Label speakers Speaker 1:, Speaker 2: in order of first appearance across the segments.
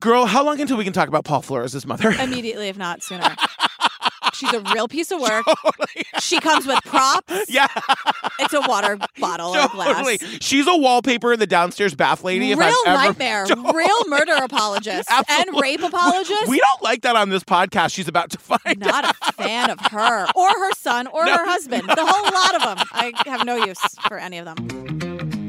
Speaker 1: Girl, how long until we can talk about Paul Flores' mother?
Speaker 2: immediately, if not sooner. She's a real piece of work. She comes with props.
Speaker 1: yeah,
Speaker 2: It's a water bottle or
Speaker 1: totally.
Speaker 2: glass.
Speaker 1: She's a wallpaper in the downstairs bath lady. if
Speaker 2: real
Speaker 1: I've ever-
Speaker 2: nightmare, real murder apologist and
Speaker 1: Absolutely.
Speaker 2: rape apologist.
Speaker 1: We don't like that on this podcast. She's about to find out.
Speaker 2: Not a fan of her or her son or her husband. The whole lot of them. I have no use for any of them.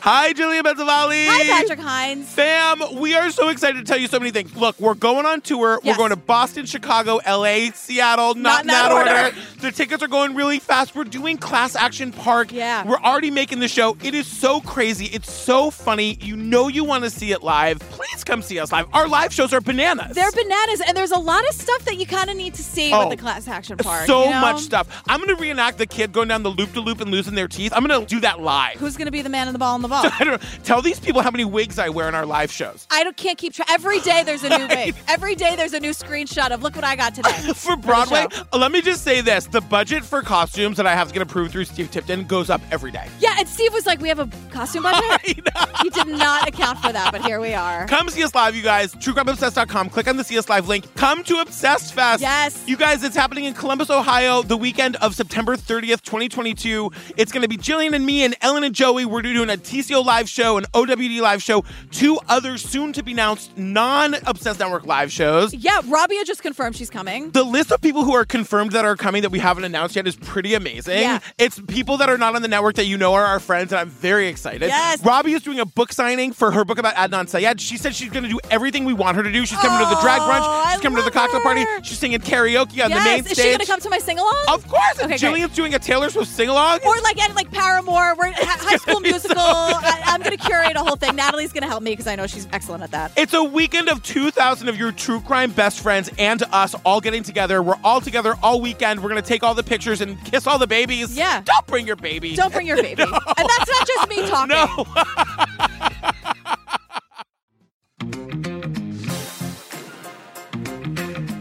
Speaker 1: Hi, Julia Benzavalli.
Speaker 2: Hi, Patrick Hines.
Speaker 1: Fam, we are so excited to tell you so many things. Look, we're going on tour.
Speaker 2: Yes.
Speaker 1: We're going to Boston, Chicago, LA, Seattle, not, in that order. The tickets are going really fast. We're doing Class Action Park.
Speaker 2: Yeah.
Speaker 1: We're already making the show. It is so crazy. It's so funny. You know you want to see it live. Please come see us live. Our live shows are bananas.
Speaker 2: They're bananas, and there's a lot of stuff that you kind of need to see
Speaker 1: Oh,
Speaker 2: with the class action part.
Speaker 1: so
Speaker 2: you know?
Speaker 1: much stuff. I'm going to reenact the kid going down the loop to loop and losing their teeth. I'm going to do that live.
Speaker 2: Who's going to be the man in the ball in the ball?
Speaker 1: I don't know. Tell these people how many wigs I wear in our live shows.
Speaker 2: I don't, can't keep track. Every day there's a new wig. Every day there's a new screenshot of look what I got today.
Speaker 1: For Broadway,
Speaker 2: show.
Speaker 1: let me just say this the budget for costumes that I have to get approved through Steve Tipton goes up every day.
Speaker 2: Yeah, and Steve was like, we have a costume budget. He did not account for that, but here we are.
Speaker 1: Come see us live, you guys. TrueCrimeObsessed.com. Click on the See Us Live link. Come to Obsessed Fest.
Speaker 2: Yes.
Speaker 1: You guys, it's happening in Columbus, Ohio, the weekend of September 30th, 2022. It's going to be Jillian and me and Ellen and Joey. We're doing a TCO live show, an OWD live show, two other soon to be announced non Obsessed Network live shows.
Speaker 2: Yeah, Robbia just confirmed she's coming.
Speaker 1: The list of people who are confirmed that are coming that we haven't announced yet is pretty amazing.
Speaker 2: Yeah.
Speaker 1: It's people that are not on the network that you know are our friends, and I'm very excited.
Speaker 2: Yes.
Speaker 1: Robbie is doing a book signing for her book about Adnan Syed. She said she's going to do everything we want her to do. She's coming to the drag
Speaker 2: Oh,
Speaker 1: brunch,
Speaker 2: I
Speaker 1: she's coming to the
Speaker 2: love
Speaker 1: cocktail party,
Speaker 2: her.
Speaker 1: she's singing karaoke on the main
Speaker 2: yes, is
Speaker 1: stage.
Speaker 2: she going to come to my sing along?
Speaker 1: Of course. and
Speaker 2: Okay, great.
Speaker 1: Jillian's doing a Taylor Swift sing along.
Speaker 2: Or like at like Paramore, we're at High School Musical. I, I'm going to curate a whole thing. Natalie's going to help me because I know she's excellent at that.
Speaker 1: It's a weekend of 2,000 of your true crime best friends and us all getting together. We're all together all weekend. We're going to take all the pictures and kiss all the babies.
Speaker 2: Yeah.
Speaker 1: Don't bring your baby.
Speaker 2: Don't bring your baby. And that's not just me talking.
Speaker 1: No.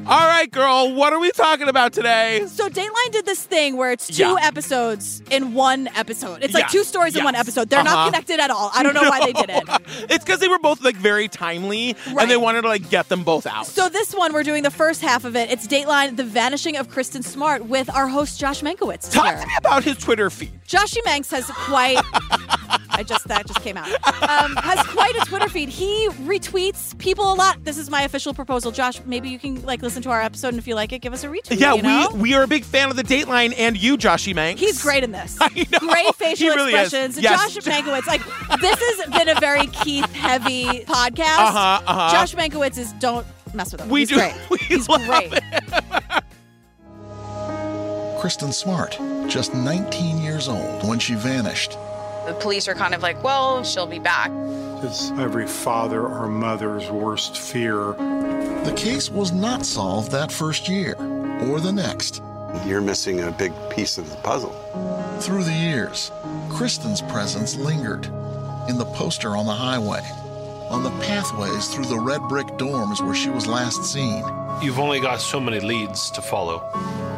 Speaker 1: All right, girl, what are we talking about today?
Speaker 2: So Dateline did this thing where it's two
Speaker 1: Yeah.
Speaker 2: episodes in one episode. It's like
Speaker 1: Yes,
Speaker 2: two stories in
Speaker 1: yes.
Speaker 2: one episode. They're
Speaker 1: Uh-huh.
Speaker 2: not connected at all. I don't know why they did it.
Speaker 1: It's because they were both like very timely
Speaker 2: Right.
Speaker 1: and they wanted to like get them both out.
Speaker 2: So this one, we're doing the first half of it. It's Dateline: The Vanishing of Kristen Smart with our host Josh Mankiewicz. is
Speaker 1: Talk
Speaker 2: here.
Speaker 1: to me about his Twitter feed.
Speaker 2: Joshy Manx has quite. I just that just came out. Um, has quite a Twitter feed. He retweets people a lot. This is my official proposal, Josh. Maybe you can like listen to our episode, and if you like it, give us a retweet.
Speaker 1: Yeah,
Speaker 2: you know?
Speaker 1: we we are a big fan of the Dateline and you, Joshy Manx.
Speaker 2: He's great in this.
Speaker 1: I know.
Speaker 2: Great facial
Speaker 1: He really is.
Speaker 2: expressions.
Speaker 1: Yes.
Speaker 2: Josh Mankiewicz. Like this has been a very Keith heavy podcast.
Speaker 1: Uh-huh, uh-huh.
Speaker 2: Josh Mankiewicz is don't mess with him.
Speaker 1: We
Speaker 2: He's
Speaker 1: do-
Speaker 2: Great.
Speaker 1: we
Speaker 2: He's
Speaker 1: love
Speaker 2: great.
Speaker 3: Kristen Smart, just 19 years old when she vanished.
Speaker 4: The police are kind of like, well, she'll be back.
Speaker 5: It's every father or mother's worst fear.
Speaker 3: The case was not solved that first year or the next.
Speaker 6: You're missing a big piece of the puzzle.
Speaker 3: Through the years, Kristen's presence lingered in the poster on the highway, on the pathways through the red brick dorms where she was last seen.
Speaker 7: You've only got so many leads to follow.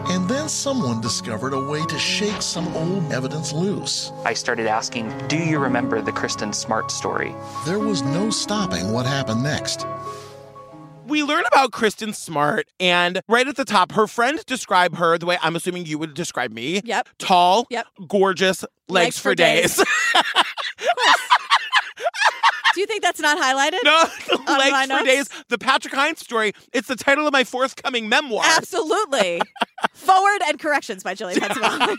Speaker 3: And then someone discovered a way to shake some old evidence loose.
Speaker 8: I started asking, Do you remember the Kristen Smart story?
Speaker 3: There was no stopping what happened next.
Speaker 1: we learn about Kristen Smart, and right at the top, her friends describe her the way I'm assuming you would describe me.
Speaker 2: Yep.
Speaker 1: Tall,
Speaker 2: Yep.
Speaker 1: gorgeous, legs,
Speaker 2: Legs
Speaker 1: for
Speaker 2: for days.
Speaker 1: days.
Speaker 2: Do you think that's not highlighted?
Speaker 1: no, the
Speaker 2: On my
Speaker 1: legs for
Speaker 2: notes?
Speaker 1: days. The Patrick Hines story. It's the title of my forthcoming memoir.
Speaker 2: Absolutely. Forward and corrections by Jillian Pensacola.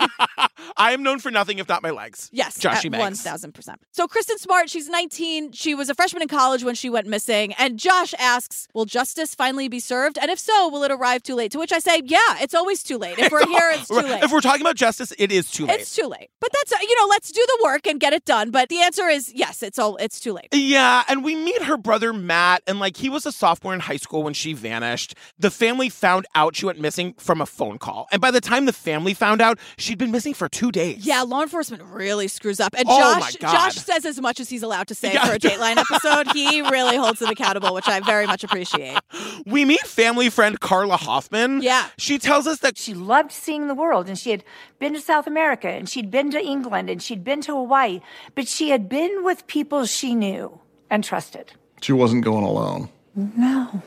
Speaker 1: I am known for nothing if not my legs.
Speaker 2: yes,
Speaker 1: Joshy
Speaker 2: at
Speaker 1: Banks.
Speaker 2: 1000%. So Kristen Smart, she's 19. She was a freshman in college when she went missing. And Josh asks, will justice finally be served? And if so, will it arrive too late? To which I say, yeah, it's always too late. If we're here, it's too late.
Speaker 1: If we're talking about justice, it is too late.
Speaker 2: It's too late. But that's uh, you know, let's do the work and get it done. But the answer is yes, it's all it's too late.
Speaker 1: Yeah, and we meet her brother Matt, and like he was a sophomore in high school when she vanished. The family found out she went missing from a phone call. call. And by the time the family found out, she'd been missing for two days.
Speaker 2: Yeah, law enforcement really screws up. And
Speaker 1: Oh my
Speaker 2: Josh
Speaker 1: God.
Speaker 2: Josh says as much as he's allowed to say
Speaker 1: Yeah.
Speaker 2: for a Dateline episode. He really holds them accountable, which I very much appreciate.
Speaker 1: We meet family friend Carla Hoffman.
Speaker 2: Yeah.
Speaker 1: She tells us that
Speaker 9: She loved seeing the world, and she had been to South America, and she'd been to England, and she'd been to Hawaii, but she had been with people she knew and trusted.
Speaker 3: She wasn't going alone.
Speaker 9: No.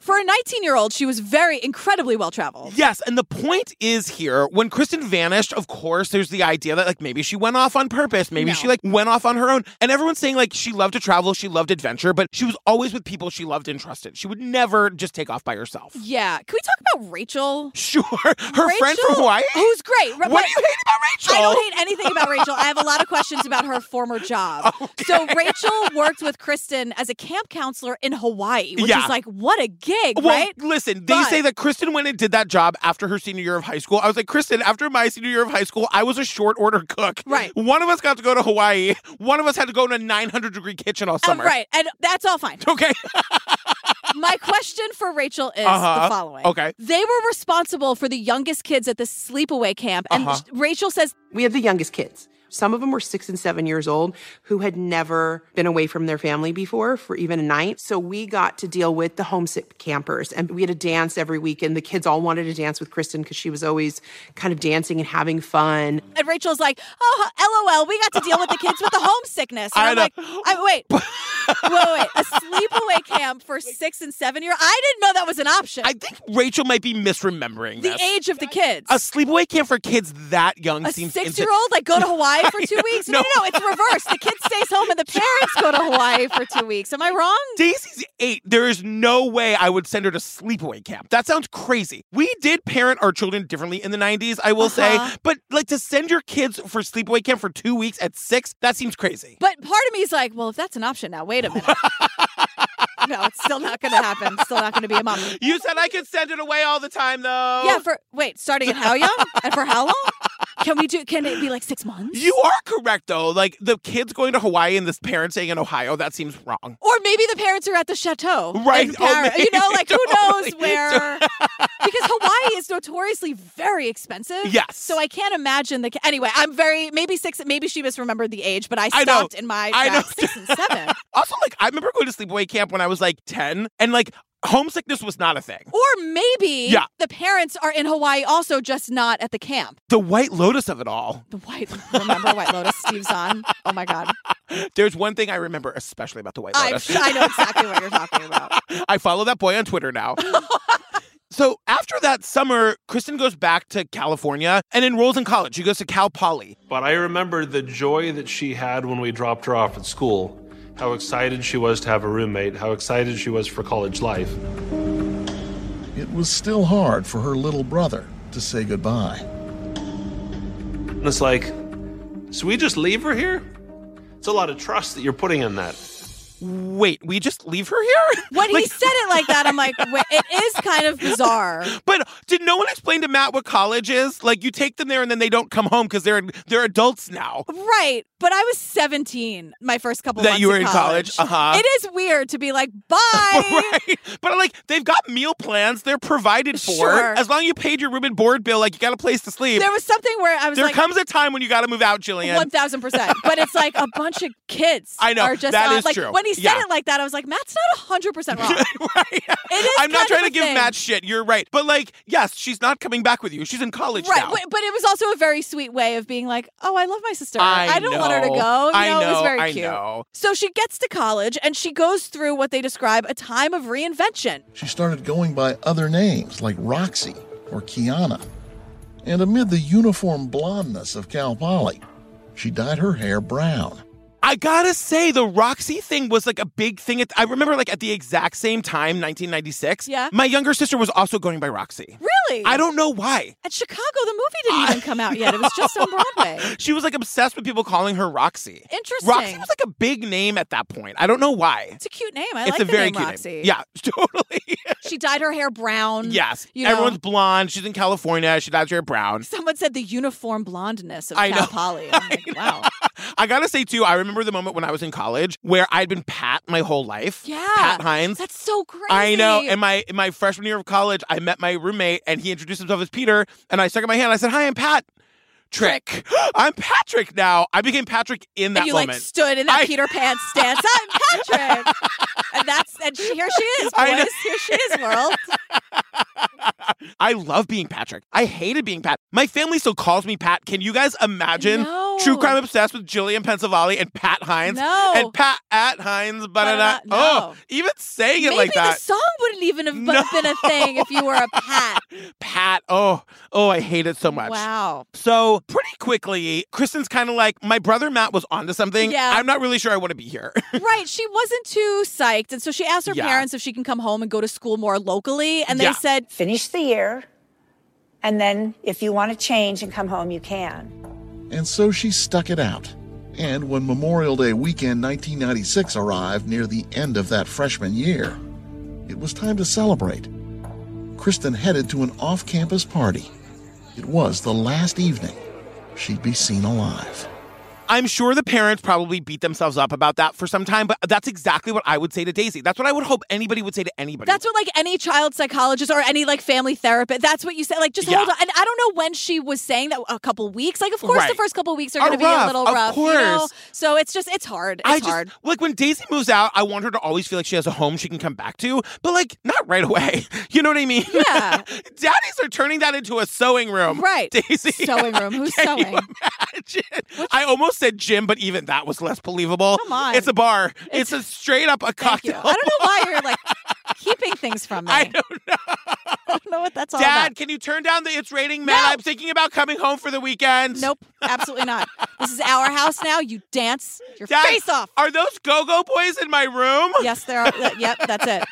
Speaker 2: For a 19-year-old, she was very incredibly well traveled.
Speaker 1: Yes, and the point is here when Kristen vanished, of course, there's the idea that like maybe she went off on purpose, maybe
Speaker 2: No.
Speaker 1: she like went off on her own. And everyone's saying like she loved to travel, she loved adventure, but she was always with people she loved and trusted. She would never just take off by herself.
Speaker 2: Yeah. Can we talk about Rachel?
Speaker 1: Sure. Her friend
Speaker 2: Rachel,
Speaker 1: from Hawaii?
Speaker 2: Who's great. Re-
Speaker 1: What
Speaker 2: but-
Speaker 1: do you hate about Rachel?
Speaker 2: I don't hate anything about Rachel. I have a lot of questions about her former job. So Rachel worked with Kristen as a camp counselor in Hawaii, which
Speaker 1: Yeah.
Speaker 2: is like what a gig,
Speaker 1: Well,
Speaker 2: right?
Speaker 1: listen, they
Speaker 2: But-
Speaker 1: say that Kristen went and did that job after her senior year of high school. I was like, Kristen, after my senior year of high school, I was a short order cook.
Speaker 2: Right.
Speaker 1: One of us got to go to Hawaii. One of us had to go in a 900 degree kitchen all
Speaker 2: Uh,
Speaker 1: summer.
Speaker 2: right, and that's all fine.
Speaker 1: Okay.
Speaker 2: My question for Rachel is
Speaker 1: Uh-huh.
Speaker 2: the following.
Speaker 1: Okay.
Speaker 2: They were responsible for the youngest kids at the sleepaway camp. And
Speaker 1: Uh-huh.
Speaker 2: sh- Rachel says,
Speaker 10: We had the youngest kids. Some of them were six and seven years old who had never been away from their family before for even a night. So we got to deal with the homesick campers and we had a dance every week. And the kids all wanted to dance with Kristen because she was always kind of dancing and having fun.
Speaker 2: and Rachel's like, oh, LOL, we got to deal with the kids with the homesickness. And
Speaker 1: I
Speaker 2: I'm
Speaker 1: know.
Speaker 2: like, I, wait, wait, wait, a sleepaway camp for six and seven year I didn't know that was an option.
Speaker 1: I think Rachel might be misremembering
Speaker 2: the
Speaker 1: this.
Speaker 2: age of the kids.
Speaker 1: a sleepaway camp for kids that young
Speaker 2: a
Speaker 1: seems
Speaker 2: six
Speaker 1: insi-
Speaker 2: year old like go to Hawaii for two weeks? No. no, no, it's reversed. The kid stays home and the parents go to Hawaii for two weeks. Am I wrong?
Speaker 1: Daisy's eight. There is no way I would send her to sleepaway camp. That sounds crazy. We did parent our children differently in the 90s, I will say.
Speaker 2: Uh-huh.
Speaker 1: But like to send your kids for sleepaway camp for two weeks at six, that seems crazy.
Speaker 2: But part of me is like, well, if that's an option now, wait a minute. no, it's still not going to happen. Still not going to be a mom.
Speaker 1: You said I could send it away all the time, though.
Speaker 2: Yeah, for wait, starting at how young and for how long? Can we do? Can it be like six months?
Speaker 1: you are correct, though. Like the kids going to Hawaii and this parent staying in Ohio, that seems wrong.
Speaker 2: Or maybe the parents are at the chateau,
Speaker 1: Right,
Speaker 2: in
Speaker 1: oh,
Speaker 2: Paris. you know,
Speaker 1: maybe,
Speaker 2: like who
Speaker 1: totally.
Speaker 2: knows where? because Hawaii is notoriously very expensive.
Speaker 1: Yes.
Speaker 2: So I can't imagine the. Anyway, I'm very maybe six. Maybe she misremembered the age, but I
Speaker 1: I know.
Speaker 2: stopped in my
Speaker 1: I know.
Speaker 2: tracks six and seven.
Speaker 1: Also, like I remember going to sleepaway camp when I was like 10, and like homesickness was not a thing.
Speaker 2: Or maybe
Speaker 1: Yeah.
Speaker 2: the parents are in Hawaii, also just not at the camp.
Speaker 1: The white lotus of it all.
Speaker 2: The white, remember White Lotus? Steve's on. Oh my God.
Speaker 1: There's one thing I remember especially about the White
Speaker 2: I,
Speaker 1: Lotus.
Speaker 2: I know exactly what you're talking about.
Speaker 1: I follow that boy on Twitter now. so after that summer, Kristen goes back to California and enrolls in college. She goes to Cal Poly.
Speaker 7: But I remember the joy that she had when we dropped her off at school, how excited she was to have a roommate, how excited she was for college life.
Speaker 3: It was still hard for her little brother to say goodbye.
Speaker 7: And it's like, so we just leave her here? It's a lot of trust that you're putting in that.
Speaker 1: Wait, we just leave her here?
Speaker 2: When he
Speaker 1: Like,
Speaker 2: said it like that, I'm like, wait, it is kind of bizarre.
Speaker 1: But did no one explain to Matt what college is? Like you take them there and then they don't come home because they're they're adults now.
Speaker 2: Right. But I was 17 my first couple
Speaker 1: That
Speaker 2: months
Speaker 1: you were
Speaker 2: of
Speaker 1: in college, uh-huh.
Speaker 2: It is weird to be like, bye.
Speaker 1: Right, but like they've got meal plans; they're provided for.
Speaker 2: Sure.
Speaker 1: As long as you paid your room and board bill, like you got a place to sleep.
Speaker 2: There was something where I was
Speaker 1: There
Speaker 2: like,
Speaker 1: comes a time when you got to move out, Jillian.
Speaker 2: 1000%. But it's like a bunch of kids
Speaker 1: I know.
Speaker 2: are just
Speaker 1: That
Speaker 2: on-
Speaker 1: is
Speaker 2: like
Speaker 1: true.
Speaker 2: when he said
Speaker 1: Yeah.
Speaker 2: it like that, I was like, Matt's not 100% wrong.
Speaker 1: right.
Speaker 2: It is
Speaker 1: I'm not
Speaker 2: kind of
Speaker 1: trying
Speaker 2: a
Speaker 1: to give
Speaker 2: thing.
Speaker 1: Matt shit. You're right. But like, yes, she's not coming back with you. She's in college
Speaker 2: Right,
Speaker 1: now.
Speaker 2: wait, but it was also a very sweet way of being like, "Oh, I love my sister.
Speaker 1: I
Speaker 2: don't want her to
Speaker 1: know.
Speaker 2: go." You
Speaker 1: I
Speaker 2: know, it was
Speaker 1: know,
Speaker 2: very
Speaker 1: I
Speaker 2: cute.
Speaker 1: know.
Speaker 2: So she gets to college and she goes through what they describe a time of reinvention.
Speaker 3: She started going by other names like Roxy or Kiana. And amid the uniform blondness of Cal Poly, she dyed her hair brown.
Speaker 1: I gotta say, the Roxy thing was like a big thing. At, I remember like at the exact same time, 1996.
Speaker 2: Yeah.
Speaker 1: My younger sister was also going by Roxy.
Speaker 2: Really?
Speaker 1: I don't know why.
Speaker 2: At Chicago, the movie didn't even come out yet. It was just on Broadway.
Speaker 1: She was like obsessed with people calling her Roxy.
Speaker 2: Interesting.
Speaker 1: Roxy was like a big name at that point. I don't know why.
Speaker 2: It's a cute name. I
Speaker 1: it's
Speaker 2: like
Speaker 1: a
Speaker 2: the
Speaker 1: very
Speaker 2: name
Speaker 1: cute
Speaker 2: Roxy.
Speaker 1: name. Yeah, totally.
Speaker 2: She dyed her hair brown.
Speaker 1: yes.
Speaker 2: You know?
Speaker 1: Everyone's blonde. She's in California. She dyes her hair brown.
Speaker 2: Someone said the uniform blondness of
Speaker 1: I
Speaker 2: Cal
Speaker 1: know.
Speaker 2: Poly. I'm like, wow.
Speaker 1: I gotta say too, I remember the moment when I was in college where I'd been Pat my whole life.
Speaker 2: Yeah.
Speaker 1: Pat Hines.
Speaker 2: That's so crazy.
Speaker 1: I know. And my in my freshman year of college, I met my roommate and he introduced himself as Peter. And I stuck out my hand. I said, "Hi, I'm Pat." Trick. I'm Patrick now. I became Patrick in that
Speaker 2: and you
Speaker 1: moment.
Speaker 2: like stood in that
Speaker 1: I-
Speaker 2: Peter Pan stance. I'm Patrick. and that's and she, here she is,
Speaker 1: I know.
Speaker 2: boys. Here she is, world.
Speaker 1: I love being Patrick. I hated being Pat. My family still calls me Pat. Can you guys imagine?
Speaker 2: No.
Speaker 1: True crime obsessed with Jillian Pensavalli and Pat Hines.
Speaker 2: No.
Speaker 1: And Pat at Hines. Banana.
Speaker 2: no.
Speaker 1: Oh, even saying it
Speaker 2: Maybe
Speaker 1: like
Speaker 2: the
Speaker 1: that.
Speaker 2: song wouldn't even have been a thing if you were a Pat.
Speaker 1: Pat. Oh, oh, I hate it so much.
Speaker 2: Wow.
Speaker 1: So pretty quickly, Kristen's kind of like, my brother Matt was onto something.
Speaker 2: Yeah.
Speaker 1: I'm not really sure I want to be here.
Speaker 2: Right. She wasn't too psyched. And so she asked her
Speaker 1: Yeah.
Speaker 2: parents if she can come home and go to school more locally. And they
Speaker 1: Yeah.
Speaker 2: said,
Speaker 9: Finish the year, and then if you want to change and come home, you can.
Speaker 3: And so she stuck it out. And when Memorial Day weekend 1996 arrived near the end of that freshman year, it was time to celebrate. Kristen headed to an off campus party. It was the last evening she'd be seen alive.
Speaker 1: I'm sure the parents probably beat themselves up about that for some time, but that's exactly what I would say to Daisy. That's what I would hope anybody would say to anybody.
Speaker 2: that's what like any child psychologist or any like family therapist, that's what you say. Like, just
Speaker 1: Yeah.
Speaker 2: hold on. And I don't know when she was saying that a couple weeks. Like, of course, the
Speaker 1: Right.
Speaker 2: first couple weeks are
Speaker 1: Are
Speaker 2: going to be
Speaker 1: rough,
Speaker 2: a little
Speaker 1: of
Speaker 2: rough. You know?
Speaker 1: course.
Speaker 2: So it's just, it's hard. It's
Speaker 1: I just
Speaker 2: hard.
Speaker 1: like when Daisy moves out, I want her to always feel like she has a home she can come back to, but like not right away. You know what I mean?
Speaker 2: Yeah.
Speaker 1: Daddies are turning that into a sewing room.
Speaker 2: Right.
Speaker 1: Daisy.
Speaker 2: Sewing room. Who's
Speaker 1: Can you
Speaker 2: sewing?
Speaker 1: imagine? I almost said gym, but even that was less believable.
Speaker 2: Come on.
Speaker 1: It's a bar. It's, a straight up a
Speaker 2: Thank you.
Speaker 1: cocktail.
Speaker 2: I don't know why you're like keeping things from me.
Speaker 1: I don't
Speaker 2: I don't know what that's all about.
Speaker 1: Dad, can you turn down the it's raining man?
Speaker 2: No.
Speaker 1: I'm thinking about coming home for the weekend.
Speaker 2: Nope, absolutely not. This is our house now. You dance your
Speaker 1: Dad,
Speaker 2: face off.
Speaker 1: Are those go-go boys in my room?
Speaker 2: Yes, there are. th- Yep, that's it.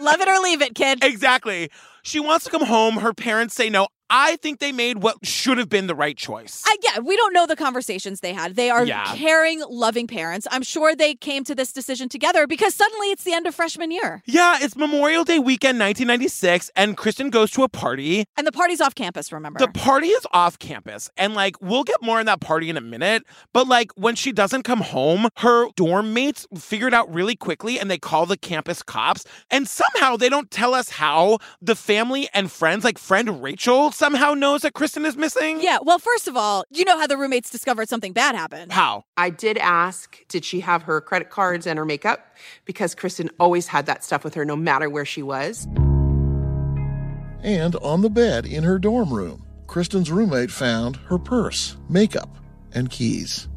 Speaker 2: Love it or leave it, kid.
Speaker 1: Exactly. She wants to come home. Her parents say no. I think they made what should have been the right choice.
Speaker 2: I, yeah, we don't know the conversations they had. They are
Speaker 1: Yeah.
Speaker 2: caring, loving parents. I'm sure they came to this decision together because suddenly it's the end of freshman year
Speaker 1: yeah, it's Memorial Day weekend 1996, and Kristen goes to a party.
Speaker 2: and the party's off campus, remember?
Speaker 1: The party is off campus, and like we'll get more on that party in a minute. But like when she doesn't come home, her dorm mates figure it out really quickly and they call the campus cops. And somehow they don't tell us how the family and friends, like friend Rachel, somehow knows that Kristen is missing.
Speaker 2: yeah, well, first of all, you know how the roommates discovered something bad happened.
Speaker 1: How?
Speaker 10: I did ask, did she have her credit cards and her makeup? Because Kristen always had that stuff with her no matter where she was.
Speaker 3: And on the bed in her dorm room, Kristen's roommate found her purse, makeup, and keys.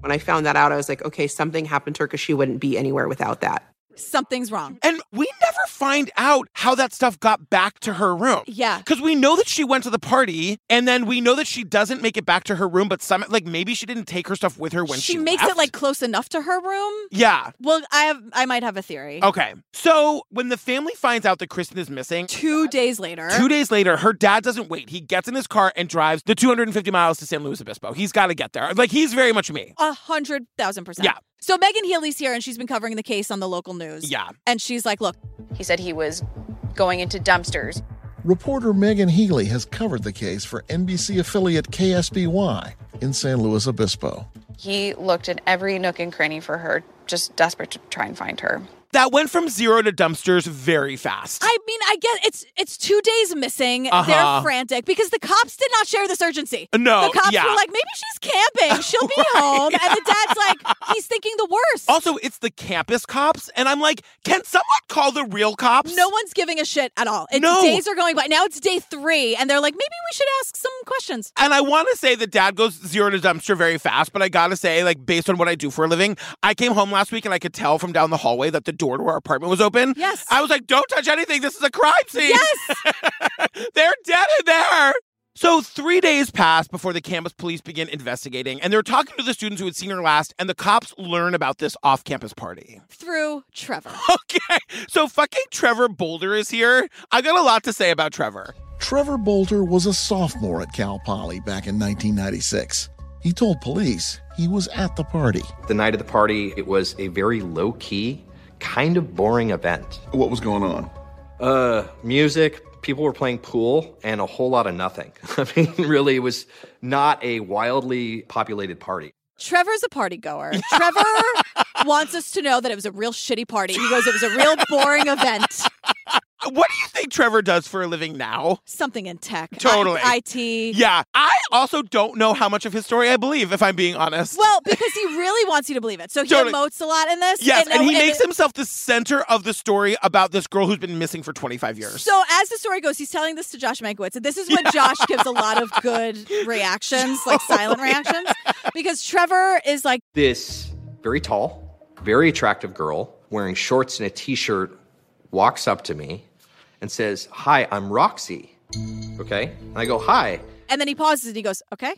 Speaker 10: When I found that out, I was like, okay, something happened to her because she wouldn't be anywhere without that.
Speaker 2: Something's wrong.
Speaker 1: And we never find out how that stuff got back to her room.
Speaker 2: Yeah.
Speaker 1: Because we know that she went to the party, and then we know that she doesn't make it back to her room, but some like maybe she didn't take her stuff with her when she,
Speaker 2: makes it
Speaker 1: left.
Speaker 2: like close enough to her room.
Speaker 1: Yeah.
Speaker 2: Well, I have I might have a theory.
Speaker 1: Okay. So when the family finds out that Kristen is missing,
Speaker 2: Two days later.
Speaker 1: two days later, her dad doesn't wait. He gets in his car and drives the 250 miles to San Luis Obispo. He's got to get there. Like, he's very much me.
Speaker 2: A hundred thousand percent.
Speaker 1: Yeah.
Speaker 2: So Megan Healy's here and she's been covering the case on the local news.
Speaker 1: Yeah.
Speaker 2: And she's like, look,
Speaker 4: He said he was going into dumpsters.
Speaker 3: Reporter Megan Healy has covered the case for NBC affiliate KSBY in San Luis Obispo.
Speaker 4: He looked in every nook and cranny for her, just desperate to try and find her.
Speaker 1: That went from zero to dumpsters very fast.
Speaker 2: I mean, I guess it's it's two days missing. They're
Speaker 1: Uh-huh.
Speaker 2: frantic because the cops did not share this urgency.
Speaker 1: No,
Speaker 2: The cops
Speaker 1: yeah.
Speaker 2: were like, maybe she's camping. She'll be home. And the dad's like, he's thinking the worst.
Speaker 1: also, it's the campus cops, and I'm like, can someone call the real cops?
Speaker 2: no one's giving a shit at all. It's,
Speaker 1: No.
Speaker 2: Days are going by. Now it's day three, and they're like, maybe we should ask some questions.
Speaker 1: And I want to say that dad goes zero to dumpster very fast, but I got to say, like, based on what I do for a living, I came home last week and I could tell from down the hallway that the door to our apartment was open.
Speaker 2: Yes.
Speaker 1: I was like, don't touch anything. This is a crime scene.
Speaker 2: Yes.
Speaker 1: They're dead in there. So, three days pass before the campus police begin investigating, and they're talking to the students who had seen her last, and the cops learn about this off campus party.
Speaker 2: Through Trevor.
Speaker 1: Okay, so fucking Trevor Boulder is here. I got a lot to say about Trevor.
Speaker 3: Trevor Bolter was a sophomore at Cal Poly back in 1996. He told police he was at the party.
Speaker 11: The night of the party, it was a very low key, kind of boring event.
Speaker 6: What was going on?
Speaker 11: Uh, music, people were playing pool, and a whole lot of nothing. I mean, really, it was not a wildly populated party.
Speaker 2: Trevor's a party goer. Trevor wants us to know that it was a real shitty party. He goes, it was a real boring event.
Speaker 1: What do you think Trevor does for a living now?
Speaker 2: Something in tech.
Speaker 1: Totally.
Speaker 2: I- IT.
Speaker 1: Yeah. I also don't know how much of his story I believe, if I'm being honest.
Speaker 2: Well, because he really wants you to believe it. So he
Speaker 1: Totally.
Speaker 2: emotes a lot in this.
Speaker 1: yes, and, he makes
Speaker 2: it-
Speaker 1: himself the center of the story about this girl who's been missing for 25 years.
Speaker 2: So as the story goes, he's telling this to Josh Mankiewicz, and this is when Josh gives a lot of good reactions, like silent reactions, because Trevor is like,
Speaker 11: This very tall, very attractive girl wearing shorts and a t shirt walks up to me and says, Hi, I'm Roxy. Okay? And I go, Hi.
Speaker 2: and then he pauses and he goes, okay,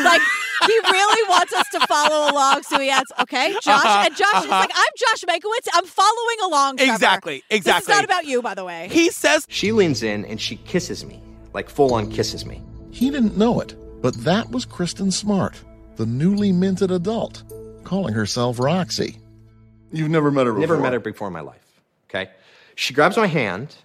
Speaker 2: like he really wants us to follow along, so he adds, okay, Josh,
Speaker 1: Uh-huh,
Speaker 2: and Josh is
Speaker 1: uh-huh.
Speaker 2: like, I'm Josh Mankiewicz, I'm following along, Trevor.
Speaker 11: Exactly,
Speaker 2: This is
Speaker 11: exactly.
Speaker 2: not about you, by the way.
Speaker 1: He says,
Speaker 11: She leans in and she kisses me, like full on kisses me.
Speaker 3: He didn't know it, but that was Kristen Smart, the newly minted adult, calling herself Roxy. You've never met her
Speaker 11: Never met her before in my life. Okay. She grabs my hand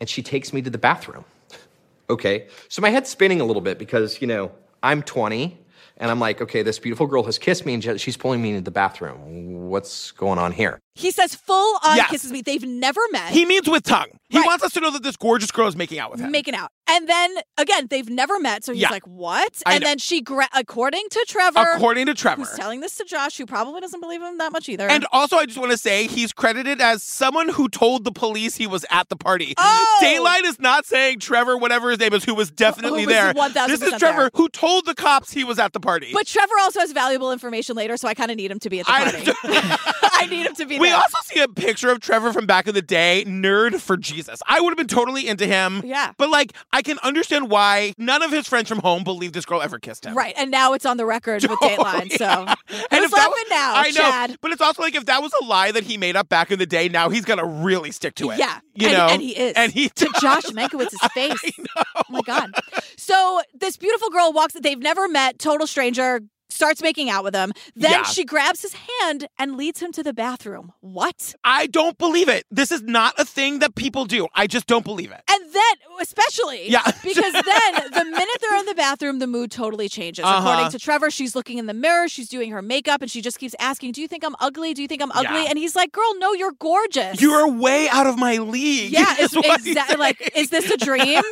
Speaker 11: and she takes me to the bathroom. Okay. So my head's spinning a little bit because, you know, I'm 20 and I'm like, okay, this beautiful girl has kissed me and yet she's pulling me into the bathroom. What's going on here?
Speaker 2: He says full on
Speaker 11: Yes.
Speaker 2: kisses me. They've never met.
Speaker 1: he means with tongue. He wants us to know that this gorgeous girl is making out with him.
Speaker 2: making out. And then again, they've never met, so he's
Speaker 1: Yeah.
Speaker 2: like, "What?"
Speaker 1: I
Speaker 2: and
Speaker 1: know.
Speaker 2: then she, gra- according to Trevor,
Speaker 1: According to Trevor.
Speaker 2: who's telling this to Josh, who probably doesn't believe him that much either.
Speaker 1: And also, I just want to say he's credited as someone who told the police he was at the party.
Speaker 2: Oh!
Speaker 1: Daylight is not saying Trevor, whatever his name is, who was definitely
Speaker 2: Who was
Speaker 1: there.
Speaker 2: 1000%
Speaker 1: this is
Speaker 2: there.
Speaker 1: Trevor who told the cops he was at the party.
Speaker 2: but Trevor also has valuable information later, so I kind of need him to be at the party. I need him to be.
Speaker 1: we
Speaker 2: there.
Speaker 1: also see a picture of Trevor from back in the day, nerd for Jesus. I would have been totally into him.
Speaker 2: Yeah.
Speaker 1: But like, I can understand why none of his friends from home believe this girl ever kissed him.
Speaker 2: right, and now it's on the record with Dateline. So
Speaker 1: And
Speaker 2: who's
Speaker 1: if that
Speaker 2: laughing
Speaker 1: was-
Speaker 2: now,
Speaker 1: I know,
Speaker 2: Chad?
Speaker 1: but it's also like if that was a lie that he made up back in the day, now he's gonna really stick to it.
Speaker 2: Yeah,
Speaker 1: you
Speaker 2: and,
Speaker 1: know,
Speaker 2: and he is,
Speaker 1: and he
Speaker 2: to Josh Mankiewicz's face. Oh my god! So this beautiful girl walks. They've never met. Total stranger starts making out with him. Then
Speaker 1: Yeah.
Speaker 2: she grabs his hand and leads him to the bathroom. What?
Speaker 1: I don't believe it. This is not a thing that people do. I just don't believe it.
Speaker 2: And then, especially,
Speaker 1: Yeah.
Speaker 2: because then the minute they're in the bathroom, the mood totally changes.
Speaker 1: Uh-huh.
Speaker 2: According to Trevor, she's looking in the mirror, she's doing her makeup, and she just keeps asking, "Do you think I'm ugly? Do you think I'm ugly?"
Speaker 1: Yeah.
Speaker 2: And he's like, "Girl, no, you're gorgeous."
Speaker 1: You are way out of my league.
Speaker 2: Yeah,
Speaker 1: is
Speaker 2: it's
Speaker 1: what he's
Speaker 2: exactly like, is this a dream?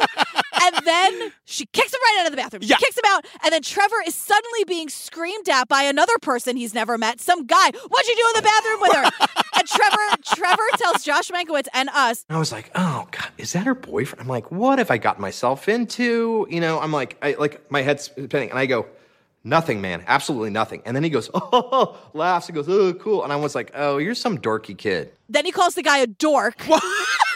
Speaker 2: and then she kicks him right out of the bathroom. She
Speaker 1: Yeah.
Speaker 2: kicks him out, and then Trevor is suddenly being screamed at by another person he's never met, some guy. What'd you do in the bathroom with her? and Trevor, Trevor tells Josh Mankiewicz and us,
Speaker 11: And I was like, oh God, is that her boyfriend? I'm like, what have I gotten myself into? You know, I'm like, I like my head's spinning. And I go, nothing, man, absolutely nothing. And then he goes, oh, laughs and goes, oh, cool. And I was like, oh, you're some dorky kid.
Speaker 2: then he calls the guy a dork.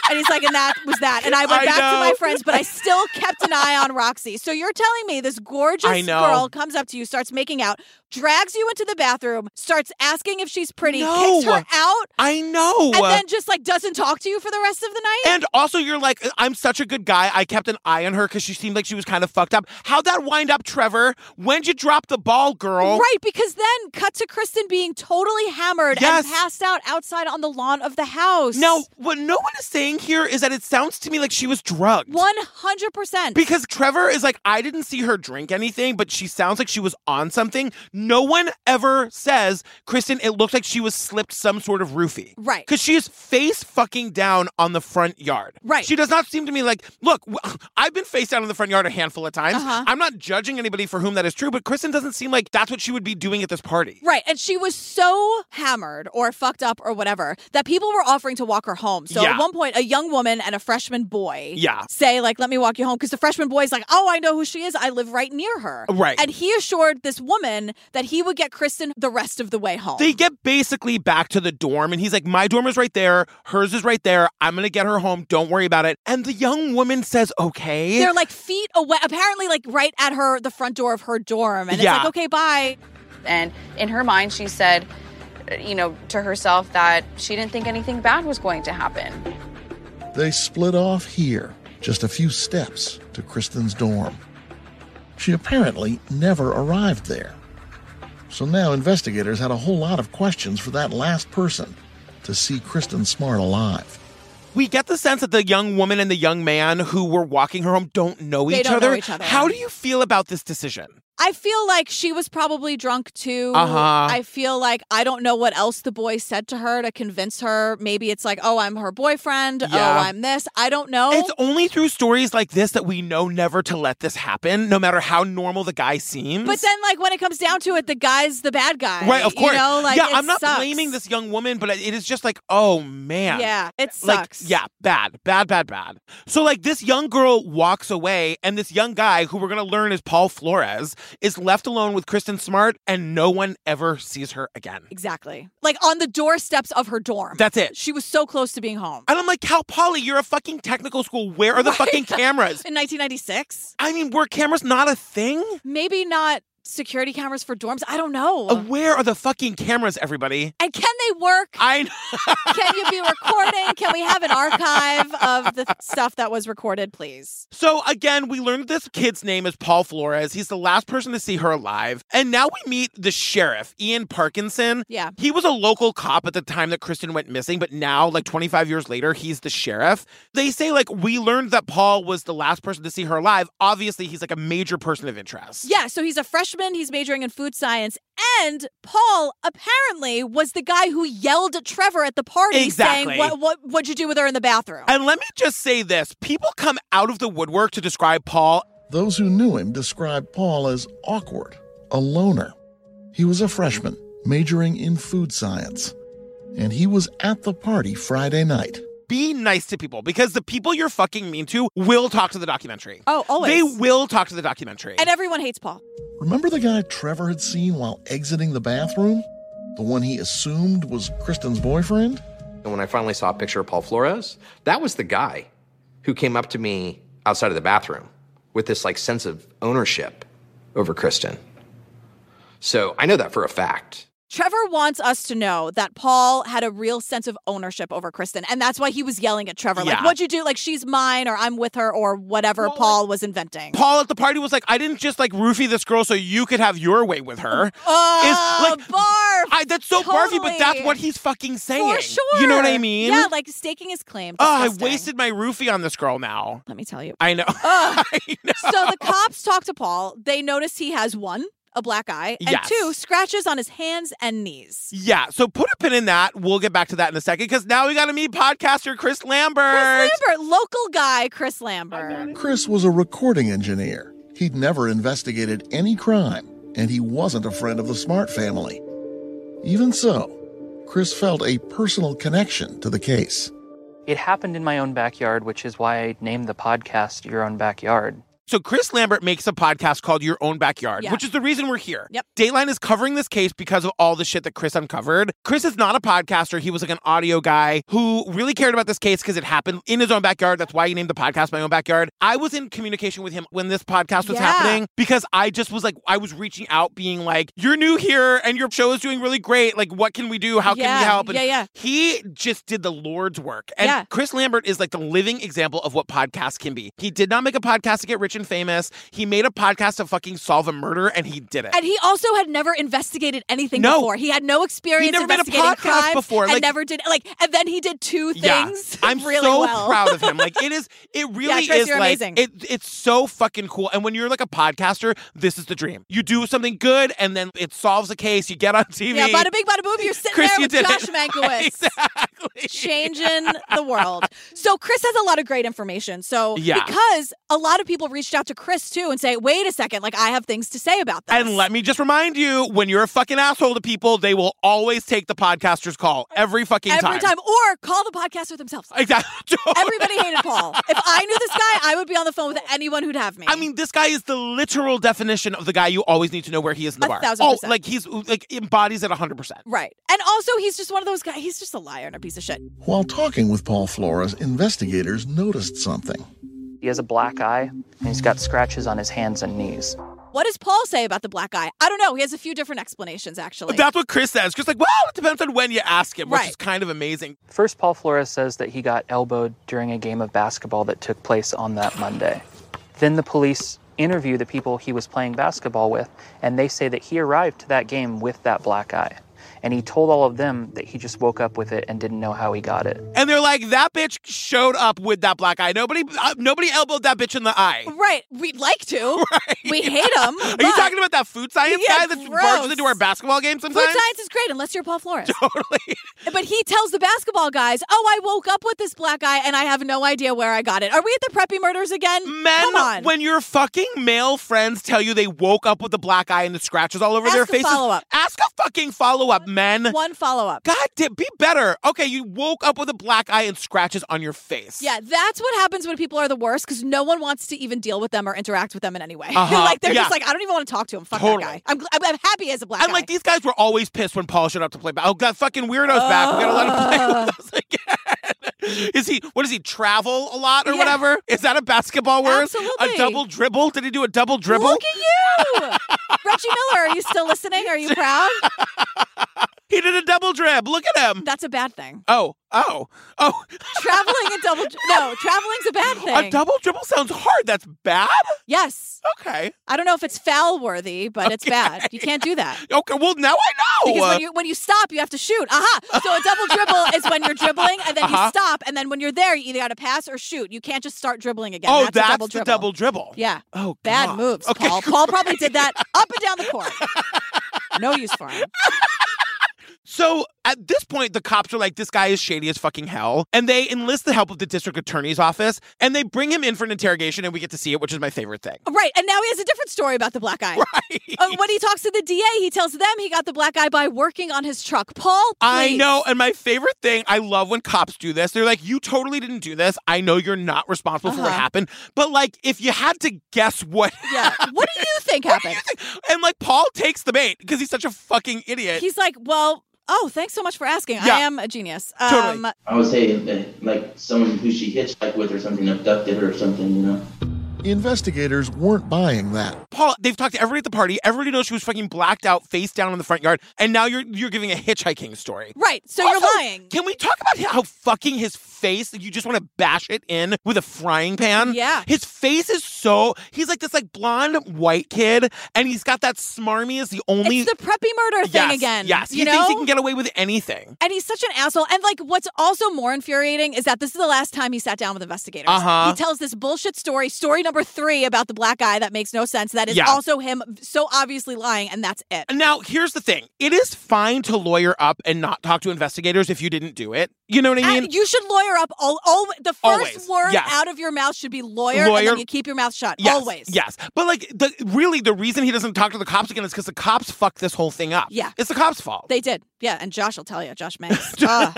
Speaker 2: And he's like, and that was that. And I went
Speaker 1: I
Speaker 2: back to
Speaker 1: know.
Speaker 2: my friends, but I still kept an eye on Roxy. So you're telling me this gorgeous
Speaker 1: I know.
Speaker 2: girl comes up to you, starts making out, drags you into the bathroom, starts asking if she's pretty,
Speaker 1: No.
Speaker 2: kicks her out,
Speaker 1: I know.
Speaker 2: and then just like doesn't talk to you for the rest of the night.
Speaker 1: And also, you're like, I'm such a good guy. I kept an eye on her because she seemed like she was kind of fucked up. How'd that wind up, Trevor? When'd you drop the ball, girl?
Speaker 2: Right, because then cut to Kristen being totally hammered
Speaker 1: Yes.
Speaker 2: and passed out outside on the lawn of the house.
Speaker 1: Now, what no one is saying here is that it sounds to me like she was drugged.
Speaker 2: 100%.
Speaker 1: Because Trevor is like, I didn't see her drink anything, but she sounds like she was on something. No one ever says, Kristen, it looked like she was slipped some sort of roofie.
Speaker 2: Right.
Speaker 1: Because she is face fucking down on the front yard.
Speaker 2: Right.
Speaker 1: She does not seem to me like, look, w- I've been face down in the front yard a handful of times.
Speaker 2: Uh-huh.
Speaker 1: I'm not judging anybody for whom that is true, but Kristen doesn't seem like that's what she would be doing at this party.
Speaker 2: Right, and she was so hammered or fucked up or whatever that people were offering to walk her home. So
Speaker 1: Yeah.
Speaker 2: at one point, a young woman and a freshman boy
Speaker 1: Yeah.
Speaker 2: say, like, let me walk you home. Because the freshman boy's like, oh, I know who she is. I live right near her.
Speaker 1: Right.
Speaker 2: And he assured this woman that he would get Kristen the rest of the way home.
Speaker 1: They get basically back to the dorm, and he's like, My dorm is right there. Hers is right there. I'm going to get her home. Don't worry about it. And the young woman says, Okay.
Speaker 2: They're like feet away, apparently, like right at her, the front door of her dorm. And
Speaker 1: Yeah.
Speaker 2: it's like, okay, bye.
Speaker 4: And in her mind, she said, you know, to herself that she didn't think anything bad was going to happen.
Speaker 3: They split off here, just a few steps to Kristen's dorm. She apparently never arrived there. So now investigators had a whole lot of questions for that last person to see Kristen Smart alive.
Speaker 1: We get the sense that the young woman and the young man who were walking her home don't know,
Speaker 2: They
Speaker 1: each,
Speaker 2: don't know
Speaker 1: other.
Speaker 2: each other.
Speaker 1: How do you feel about this decision?
Speaker 2: I feel like she was probably drunk too.
Speaker 1: Uh-huh.
Speaker 2: I feel like I don't know what else the boy said to her to convince her. Maybe it's like, oh, I'm her boyfriend.
Speaker 1: Yeah.
Speaker 2: Oh, I'm this. I don't know.
Speaker 1: It's only through stories like this that we know never to let this happen, no matter how normal the guy seems.
Speaker 2: but then, like when it comes down to it, the guy's the bad guy.
Speaker 1: right, of course.
Speaker 2: You know, like
Speaker 1: yeah,
Speaker 2: it
Speaker 1: I'm not
Speaker 2: sucks.
Speaker 1: blaming this young woman, but it is just like, oh man.
Speaker 2: Yeah, it
Speaker 1: Like,
Speaker 2: sucks.
Speaker 1: yeah, bad, bad, bad, bad. So, like, this young girl walks away, and this young guy, who we're going to learn is Paul Flores, is left alone with Kristen Smart, and no one ever sees her again.
Speaker 2: Exactly. Like on the doorsteps of her dorm.
Speaker 1: That's it.
Speaker 2: She was so close to being home.
Speaker 1: And I'm like, Cal Poly, you're a fucking technical school. Where are the fucking cameras?
Speaker 2: In 1996?
Speaker 1: I mean, were cameras not a thing?
Speaker 2: Maybe not security cameras for dorms. I don't know.
Speaker 1: Uh, Where are the fucking cameras, everybody?
Speaker 2: and can they work?
Speaker 1: I
Speaker 2: Can you be recording? Can we have an archive of the th- stuff that was recorded, please?
Speaker 1: So again, we learned this kid's name is Paul Flores. He's the last person to see her alive. And now we meet the sheriff, Ian Parkinson.
Speaker 2: Yeah.
Speaker 1: He was a local cop at the time that Kristen went missing, but now, like 25 years later, he's the sheriff. They say, like, we learned that Paul was the last person to see her alive. Obviously, he's like a major person of interest.
Speaker 2: Yeah, so he's a freshman, he's majoring in food science, and Paul apparently was the guy who yelled at Trevor at the party
Speaker 1: Exactly.
Speaker 2: saying, what, what, What'd you do with her in the bathroom?
Speaker 1: And let me just say this people come out of the woodwork to describe Paul
Speaker 3: Those who knew him described Paul as awkward, a loner. He was a freshman, majoring in food science, and he was at the party Friday night.
Speaker 1: be nice to people because the people you're fucking mean to will talk to the documentary.
Speaker 2: Oh, always.
Speaker 1: They will talk to the documentary.
Speaker 2: and everyone hates Paul.
Speaker 3: Remember the guy Trevor had seen while exiting the bathroom? The one he assumed was Kristen's boyfriend?
Speaker 11: And when I finally saw a picture of Paul Flores, that was the guy who came up to me outside of the bathroom with this like sense of ownership over Kristen. So I know that for a fact.
Speaker 2: Trevor wants us to know that Paul had a real sense of ownership over Kristen, and that's why he was yelling at Trevor, like,
Speaker 1: Yeah.
Speaker 2: what'd you do? Like, she's mine, or I'm with her, or whatever Paul was inventing.
Speaker 1: Paul at the party was like, I didn't just like roofie this girl so you could have your way with her.
Speaker 2: Oh,
Speaker 1: Is, like,
Speaker 2: barf!
Speaker 1: I, that's so barfy, but that's
Speaker 2: Totally.
Speaker 1: what he's fucking saying.
Speaker 2: For sure.
Speaker 1: You know what I mean?
Speaker 2: Yeah, like staking his claim.
Speaker 1: oh, I
Speaker 2: Disgusting.
Speaker 1: wasted my roofie on this girl now.
Speaker 2: Let me tell you.
Speaker 1: I know.
Speaker 2: Ugh.
Speaker 1: I know.
Speaker 2: so the cops talk to Paul. They notice he has one, a black eye, and
Speaker 1: Yes.
Speaker 2: two, scratches on his hands and knees.
Speaker 1: Yeah, so put a pin in that. We'll get back to that in a second because now we got to meet podcaster Chris Lambert.
Speaker 2: Chris Lambert, local guy, Chris Lambert.
Speaker 3: Chris was a recording engineer. He'd never investigated any crime, and he wasn't a friend of the Smart family. Even so, Chris felt a personal connection to the case.
Speaker 8: It happened in my own backyard, which is why I named the podcast Your Own Backyard.
Speaker 1: So Chris Lambert makes a podcast called Your Own Backyard,
Speaker 2: Yeah.
Speaker 1: which is the reason we're here.
Speaker 2: Yep.
Speaker 1: Dateline is covering this case because of all the shit that Chris uncovered. Chris is not a podcaster. He was like an audio guy who really cared about this case because it happened in his own backyard. That's why he named the podcast My Own Backyard. I was in communication with him when this podcast was
Speaker 2: Yeah.
Speaker 1: happening because I just was like, I was reaching out being like, you're new here and your show is doing really great. Like, what can we do? How can
Speaker 2: Yeah,
Speaker 1: we help? And
Speaker 2: yeah, yeah.
Speaker 1: He just did the Lord's work. And
Speaker 2: Yeah.
Speaker 1: Chris Lambert is like the living example of what podcasts can be. He did not make a podcast to get rich and famous. He made a podcast to fucking solve a murder and he did it.
Speaker 2: And he also had never investigated anything
Speaker 1: No.
Speaker 2: before. He had no experience
Speaker 1: He'd never been a
Speaker 2: investigating
Speaker 1: podcast
Speaker 2: crime
Speaker 1: before,
Speaker 2: and
Speaker 1: like-
Speaker 2: never did like. And then he did two things.
Speaker 1: I'm
Speaker 2: really
Speaker 1: so
Speaker 2: well.
Speaker 1: proud of him. Like it is, it really
Speaker 2: Chris,
Speaker 1: is
Speaker 2: you're
Speaker 1: like
Speaker 2: amazing.
Speaker 1: it. It's so fucking cool. And when you're like a podcaster, this is the dream. You do something good, and then it solves a case. You get on TV.
Speaker 2: Yeah, bada bing, bada boom. You're sitting
Speaker 1: Chris,
Speaker 2: there
Speaker 1: you
Speaker 2: with
Speaker 1: did it.
Speaker 2: Josh Mankiewicz.
Speaker 1: exactly.
Speaker 2: changing the world. So Chris has a lot of great information. So
Speaker 1: Yeah.
Speaker 2: because a lot of people reached out to Chris too and say, "Wait a second, like I have things to say about this."
Speaker 1: And let me just remind you, when you're a fucking asshole to people, they will always take the podcaster's call every fucking
Speaker 2: every time. or call the podcaster themselves.
Speaker 1: Exactly.
Speaker 2: Everybody hated Paul. If I knew this guy, I would be on the phone with anyone who'd have me.
Speaker 1: I mean, this guy is the literal definition of the guy you always need to know where he is in the
Speaker 2: A
Speaker 1: bar.
Speaker 2: thousand
Speaker 1: oh,
Speaker 2: percent.
Speaker 1: like he's like embodies it 100%.
Speaker 2: right. And also, he's just one of those guys. He's just a liar and a piece of shit.
Speaker 3: While talking with Paul Flores, investigators noticed something.
Speaker 8: He has a black eye and he's got scratches on his hands and knees.
Speaker 2: What does Paul say about the black guy? I don't know. He has a few different explanations actually.
Speaker 1: That's what Chris says. Chris like, well, it depends on when you ask him, which
Speaker 2: Right.
Speaker 1: is kind of amazing.
Speaker 8: First, Paul Flores says that he got elbowed during a game of basketball that took place on that Monday. Then the police interview the people he was playing basketball with, and they say that he arrived to that game with that black eye. And he told all of them that he just woke up with it and didn't know how he got it.
Speaker 1: And they're like, that bitch showed up with that black eye. Nobody, uh, nobody elbowed that bitch in the eye.
Speaker 2: Right. We'd like to. We hate them.
Speaker 1: Are you talking about that food science
Speaker 2: Yeah,
Speaker 1: guy that
Speaker 2: gross.
Speaker 1: barges into our basketball game sometimes?
Speaker 2: Food science is great unless you're Paul Flores. Totally. But he tells the basketball guys, "Oh, I woke up with this black eye and I have no idea where I got it." Are we at the preppy murders again?
Speaker 1: Men,
Speaker 2: Come on.
Speaker 1: when your fucking male friends tell you they woke up with a black eye and the scratches all over
Speaker 2: Ask
Speaker 1: their
Speaker 2: a
Speaker 1: faces,
Speaker 2: follow-up.
Speaker 1: ask a fucking follow up, men.
Speaker 2: One follow up.
Speaker 1: God damn, be better. Okay, you woke up with a black eye and scratches on your face.
Speaker 2: yeah, that's what happens when people are the worst because no one wants to even deal with them or interact with them in any way.
Speaker 1: Uh-huh.
Speaker 2: like they're
Speaker 1: Yeah.
Speaker 2: just like, I don't even want to talk to him. Fuck
Speaker 1: Totally.
Speaker 2: that guy. I'm, gl- I'm, I'm happy as a black
Speaker 1: I'm
Speaker 2: guy.
Speaker 1: like, these guys were always pissed when Paul showed up to play back. Oh, God, fucking weirdo's back. We gotta let
Speaker 2: Oh.
Speaker 1: him play with us again. is he, what does he, travel a lot or
Speaker 2: Yeah.
Speaker 1: whatever? Is that a basketball word?
Speaker 2: Absolutely.
Speaker 1: A double dribble? Did he do a double dribble?
Speaker 2: Look at you, Reggie Miller. Are you still listening? Are you proud?
Speaker 1: He did a double drib. Look at him.
Speaker 2: That's a bad thing.
Speaker 1: Oh, oh, oh.
Speaker 2: Traveling a double. No, traveling's a bad thing.
Speaker 1: A double dribble sounds hard. That's bad?
Speaker 2: Yes.
Speaker 1: Okay.
Speaker 2: I don't know if it's foul worthy, but it's bad. You can't do that.
Speaker 1: Okay, well, now I know.
Speaker 2: Because when you when you stop, you have to shoot. Aha! So a double dribble is when you're dribbling, and then
Speaker 1: Uh-huh.
Speaker 2: you stop, and then when you're there, you either got to pass or shoot. You can't just start dribbling again.
Speaker 1: oh,
Speaker 2: that's,
Speaker 1: that's
Speaker 2: a double
Speaker 1: the
Speaker 2: dribble.
Speaker 1: double dribble.
Speaker 2: Yeah.
Speaker 1: Oh,
Speaker 2: Bad
Speaker 1: God.
Speaker 2: moves,
Speaker 1: Okay,
Speaker 2: Paul. Paul probably did that up and down the court. No use for him.
Speaker 1: So at this point, the cops are like, this guy is shady as fucking hell. And they enlist the help of the district attorney's office and they bring him in for an interrogation and we get to see it, which is my favorite thing.
Speaker 2: Right, and now he has a different story about the black eye. Right. when he talks to the DA, he tells them he got the black eye by working on his truck. Paul,
Speaker 1: I
Speaker 2: please.
Speaker 1: know. And my favorite thing, I love when cops do this. They're like, you totally didn't do this. I know you're not responsible for what
Speaker 2: Uh-huh.
Speaker 1: happened. But like, if you had to guess what.
Speaker 2: Yeah. What do you think happened?
Speaker 1: and like, Paul takes the bait because he's such a fucking idiot.
Speaker 2: He's like, well, oh, thanks so much for asking.
Speaker 1: Yeah.
Speaker 2: I am a genius. Um,
Speaker 1: Totally.
Speaker 12: I would say that, like someone who she hitchhiked with or something abducted her or something, you know.
Speaker 3: Investigators weren't buying that.
Speaker 1: Paul, they've talked to everybody at the party. Everybody knows she was fucking blacked out, face down in the front yard, and now you're you're giving a hitchhiking story.
Speaker 2: Right, so
Speaker 1: Also,
Speaker 2: you're lying.
Speaker 1: Can we talk about how fucking his face? You just want to bash it in with a frying pan.
Speaker 2: Yeah.
Speaker 1: his face is so. He's like this like blonde white kid, and he's got that smarmy as the only
Speaker 2: It's the preppy murder thing
Speaker 1: Yes,
Speaker 2: again.
Speaker 1: Yes,
Speaker 2: you
Speaker 1: he
Speaker 2: know.
Speaker 1: thinks he can get away with anything.
Speaker 2: and he's such an asshole. And like, what's also more infuriating is that this is the last time he sat down with investigators.
Speaker 1: Uh-huh.
Speaker 2: He tells this bullshit story, story number three about the black guy that makes no sense. That is
Speaker 1: Yeah.
Speaker 2: also him so obviously lying, and that's it.
Speaker 1: Now, here's the thing: it is fine to lawyer up and not talk to investigators if you didn't do it. You know what I mean?
Speaker 2: And you should lawyer up. All, all the first
Speaker 1: Always,
Speaker 2: word
Speaker 1: yes.
Speaker 2: out of your mouth should be lawyer, and
Speaker 1: Lawyer.
Speaker 2: then you keep your mouth shut.
Speaker 1: Yes,
Speaker 2: Always.
Speaker 1: Yes. But like the really the reason he doesn't talk to the cops again is because the cops fucked this whole thing up.
Speaker 2: Yeah.
Speaker 1: It's the cops' fault.
Speaker 2: They did. Yeah, and Josh will tell you, Josh Manx. Ah.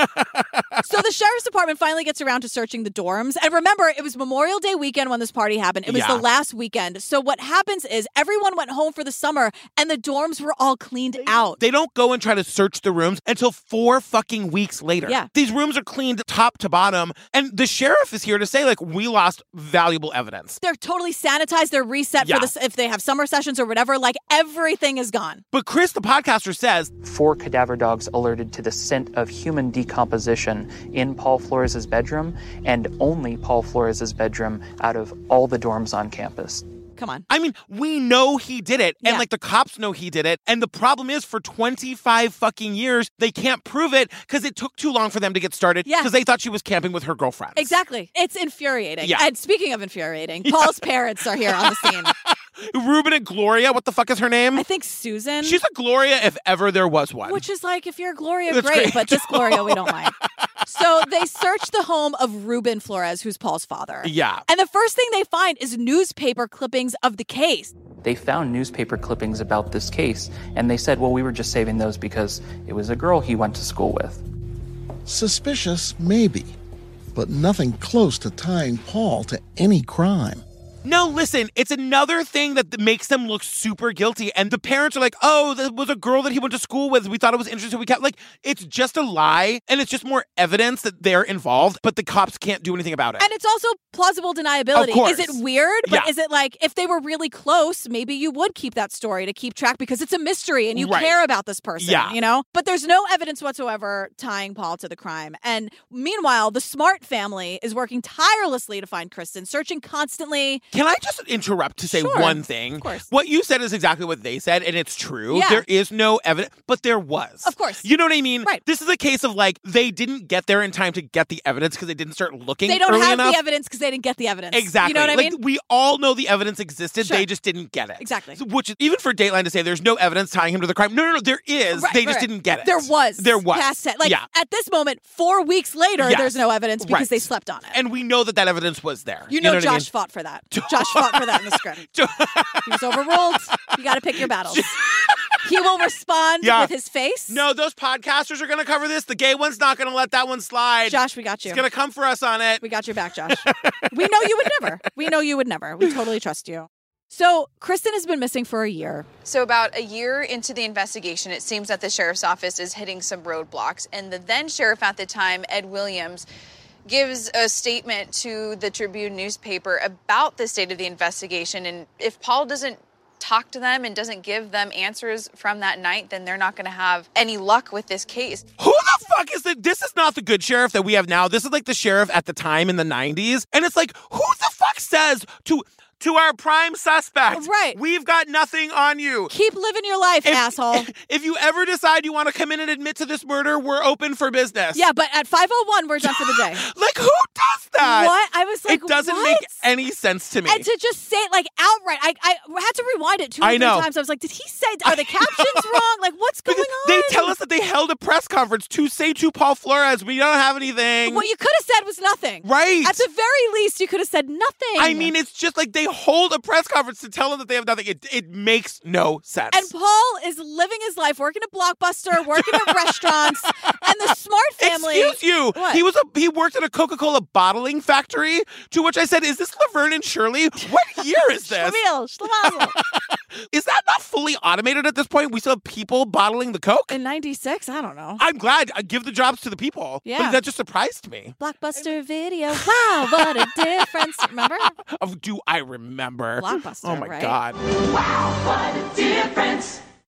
Speaker 2: so the sheriff's department finally gets around to searching the dorms. And remember, it was Memorial Day weekend when this party happened. It was
Speaker 1: Yeah.
Speaker 2: the last weekend. So what happens is everyone went home for the summer and the dorms were all cleaned out.
Speaker 1: They don't go and try to search the rooms until four fucking weeks later.
Speaker 2: Yeah.
Speaker 1: These rooms are cleaned top to bottom. And the sheriff is here to say, like, we lost valuable evidence.
Speaker 2: They're totally sanitized. They're reset
Speaker 1: Yeah.
Speaker 2: for this if they have summer sessions or whatever. Like everything is gone.
Speaker 1: But Chris, the podcaster, says
Speaker 8: Four cadaver dogs alerted to the scent of human decomposition in Paul Flores' bedroom and only Paul Flores' bedroom out of all the dorms on campus.
Speaker 2: Come on.
Speaker 1: I mean, we know he did it, and like the cops know he did it. And the problem is, for 25 fucking years, they can't prove it because it took too long for them to get started
Speaker 2: Yeah.
Speaker 1: because they thought she was camping with her girlfriend.
Speaker 2: Exactly. It's infuriating.
Speaker 1: Yeah.
Speaker 2: And speaking of infuriating, Paul's parents are here on the scene.
Speaker 1: Ruben and Gloria, what the fuck is her name?
Speaker 2: I think Susan.
Speaker 1: She's a Gloria if ever there was one.
Speaker 2: Which is like, if you're Gloria,
Speaker 1: That's
Speaker 2: great,
Speaker 1: great.
Speaker 2: but this Gloria we don't like. So they search the home of Ruben Flores, who's Paul's father.
Speaker 8: Yeah.
Speaker 2: And the first thing they find is newspaper clippings of the case.
Speaker 8: They found newspaper clippings about this case and they said, well, we were just saving those because it was a girl he went to school with.
Speaker 3: Suspicious, maybe, but nothing close to tying Paul to any crime.
Speaker 1: No, listen, it's another thing that th- makes them look super guilty. And the parents are like, oh, that was a girl that he went to school with. We thought it was interesting. so We kept like, it's just a lie. And it's just more evidence that they're involved, but the cops can't do anything about it.
Speaker 2: And it's also plausible deniability.
Speaker 1: Of course.
Speaker 2: Is it weird? But
Speaker 1: Yeah.
Speaker 2: is it like if they were really close, maybe you would keep that story to keep track because it's a mystery and you
Speaker 1: Right.
Speaker 2: care about this person,
Speaker 1: Yeah.
Speaker 2: you know? But there's no evidence whatsoever tying Paul to the crime. And meanwhile, the Smart family is working tirelessly to find Kristen, searching constantly.
Speaker 1: Can I just interrupt to say
Speaker 2: Sure.
Speaker 1: one thing?
Speaker 2: Of course.
Speaker 1: What you said is exactly what they said, and it's true.
Speaker 2: Yeah.
Speaker 1: There is no evidence, but there was.
Speaker 2: Of course.
Speaker 1: You know what I mean? Right. This is a case of like they didn't get there in time to get the evidence because they didn't start looking.
Speaker 2: They don't
Speaker 1: early
Speaker 2: have
Speaker 1: enough.
Speaker 2: the evidence because they didn't get the evidence.
Speaker 1: Exactly.
Speaker 2: You know what I
Speaker 1: like,
Speaker 2: mean?
Speaker 1: We all know the evidence existed.
Speaker 2: Sure.
Speaker 1: They just didn't get it.
Speaker 2: Exactly.
Speaker 1: So- Which, even for Dateline to say there's no evidence tying him to the crime. No, no, no. There is.
Speaker 2: Right,
Speaker 1: they
Speaker 2: right,
Speaker 1: just
Speaker 2: right.
Speaker 1: didn't get it.
Speaker 2: There was.
Speaker 1: There was.
Speaker 2: Past tense. Like
Speaker 1: yeah.
Speaker 2: at this moment, four weeks later,
Speaker 1: Yes.
Speaker 2: there's no evidence because
Speaker 1: Right.
Speaker 2: they slept on it.
Speaker 1: And we know that that evidence was there.
Speaker 2: You know,
Speaker 1: what
Speaker 2: Josh
Speaker 1: I mean?
Speaker 2: fought for that. Josh fought for that in the script. he was overruled. You got to pick your battles. he will respond
Speaker 1: Yeah.
Speaker 2: with his face.
Speaker 1: No, those podcasters are going to cover this. The gay one's not going to let that one slide.
Speaker 2: Josh, we got you.
Speaker 1: It's going to come for us on it.
Speaker 2: We got your back, Josh. we know you would never. We know you would never. We totally trust you. So, Kristen has been missing for a year.
Speaker 4: So, about a year into the investigation, it seems that the sheriff's office is hitting some roadblocks. And the then sheriff at the time, Ed Williams, gives a statement to the Tribune newspaper about the state of the investigation. And if Paul doesn't talk to them and doesn't give them answers from that night, then they're not going to have any luck with this case.
Speaker 1: Who the fuck is the? This is not the good sheriff that we have now. This is like the sheriff at the time in the 90s. And it's like, who the fuck says to to our prime suspect, right? We've got nothing on you.
Speaker 2: Keep living your life, asshole.
Speaker 1: If you ever decide you want to come in and admit to this murder, we're open for business.
Speaker 2: Yeah, but at 501, we're done for the day.
Speaker 1: like, who does that?
Speaker 2: What? I was like,
Speaker 1: it doesn't
Speaker 2: what?
Speaker 1: make any sense to me.
Speaker 2: And to just say it like outright, I, I had to rewind it two or
Speaker 1: I
Speaker 2: three
Speaker 1: know.
Speaker 2: times. I was like, did he say, are the captions wrong? Like, what's going on?
Speaker 1: they tell us that they held a press conference to say to Paul Flores, we don't have anything.
Speaker 2: What you could have said was nothing.
Speaker 1: Right.
Speaker 2: At the very least, you could have said nothing.
Speaker 1: I mean, it's just like they hold a press conference to tell them that they have nothing. It, it makes no sense.
Speaker 2: And Paul is living his life, working at Blockbuster, working at restaurants, and the Smart family.
Speaker 1: Excuse you.
Speaker 2: What?
Speaker 1: He was a he worked at a Coca-Cola bottling factory. To which I said, "Is this Laverne and Shirley? What year is this?
Speaker 2: Schlemiel, Schlemazel.
Speaker 1: is that not fully automated at this point? We still have people bottling the Coke
Speaker 2: in '96. I don't know.
Speaker 1: I'm glad. I give the jobs to the people.
Speaker 2: Yeah.
Speaker 1: but that just surprised me.
Speaker 2: Blockbuster video. Wow, what a difference! Remember?
Speaker 1: Of do I remember?
Speaker 2: Blockbuster,
Speaker 1: Oh my
Speaker 2: right?
Speaker 1: god.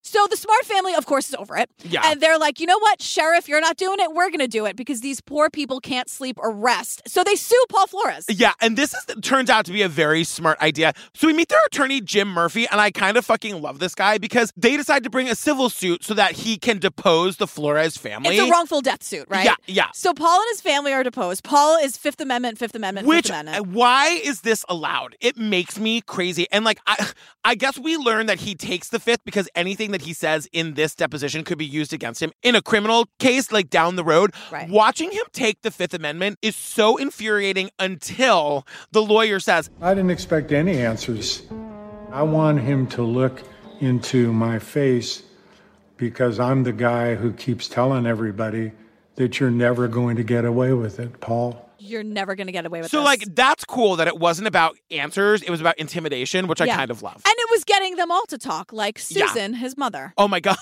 Speaker 2: So the Smart family, of course, is over it.
Speaker 1: Yeah.
Speaker 2: And they're like, you know what, Sheriff, you're not doing it. We're going to do it because these poor people can't sleep or rest. So they sue Paul Flores.
Speaker 1: Yeah, and this is turns out to be a very smart idea. So we meet their attorney Jim Murphy, and I kind of fucking love this guy because they decide to bring a civil suit so that he can depose the Flores family.
Speaker 2: It's a wrongful death suit, right?
Speaker 1: Yeah, yeah.
Speaker 2: So Paul and his family are deposed. Paul is Fifth Amendment, Fifth Amendment,
Speaker 1: Which
Speaker 2: Fifth Amendment.
Speaker 1: uh, why is this allowed? It makes me crazy. And like I I guess we learned that he takes the fifth because anything that he says in this deposition could be used against him in a criminal case like down the road.
Speaker 2: Right.
Speaker 1: Watching him take the fifth amendment is so infuriating until the lawyer says,
Speaker 5: I didn't expect any answers. I want him to look into my face because I'm the guy who keeps telling everybody that you're never going to get away with it, Paul.
Speaker 2: You're never going to get away with
Speaker 1: so
Speaker 2: this.
Speaker 1: like that's cool that it wasn't about answers, it was about intimidation, which I
Speaker 2: Yeah.
Speaker 1: kind of love.
Speaker 2: And it was getting them all to talk, like
Speaker 1: Yeah.
Speaker 2: Susan, his mother.
Speaker 1: Oh my god.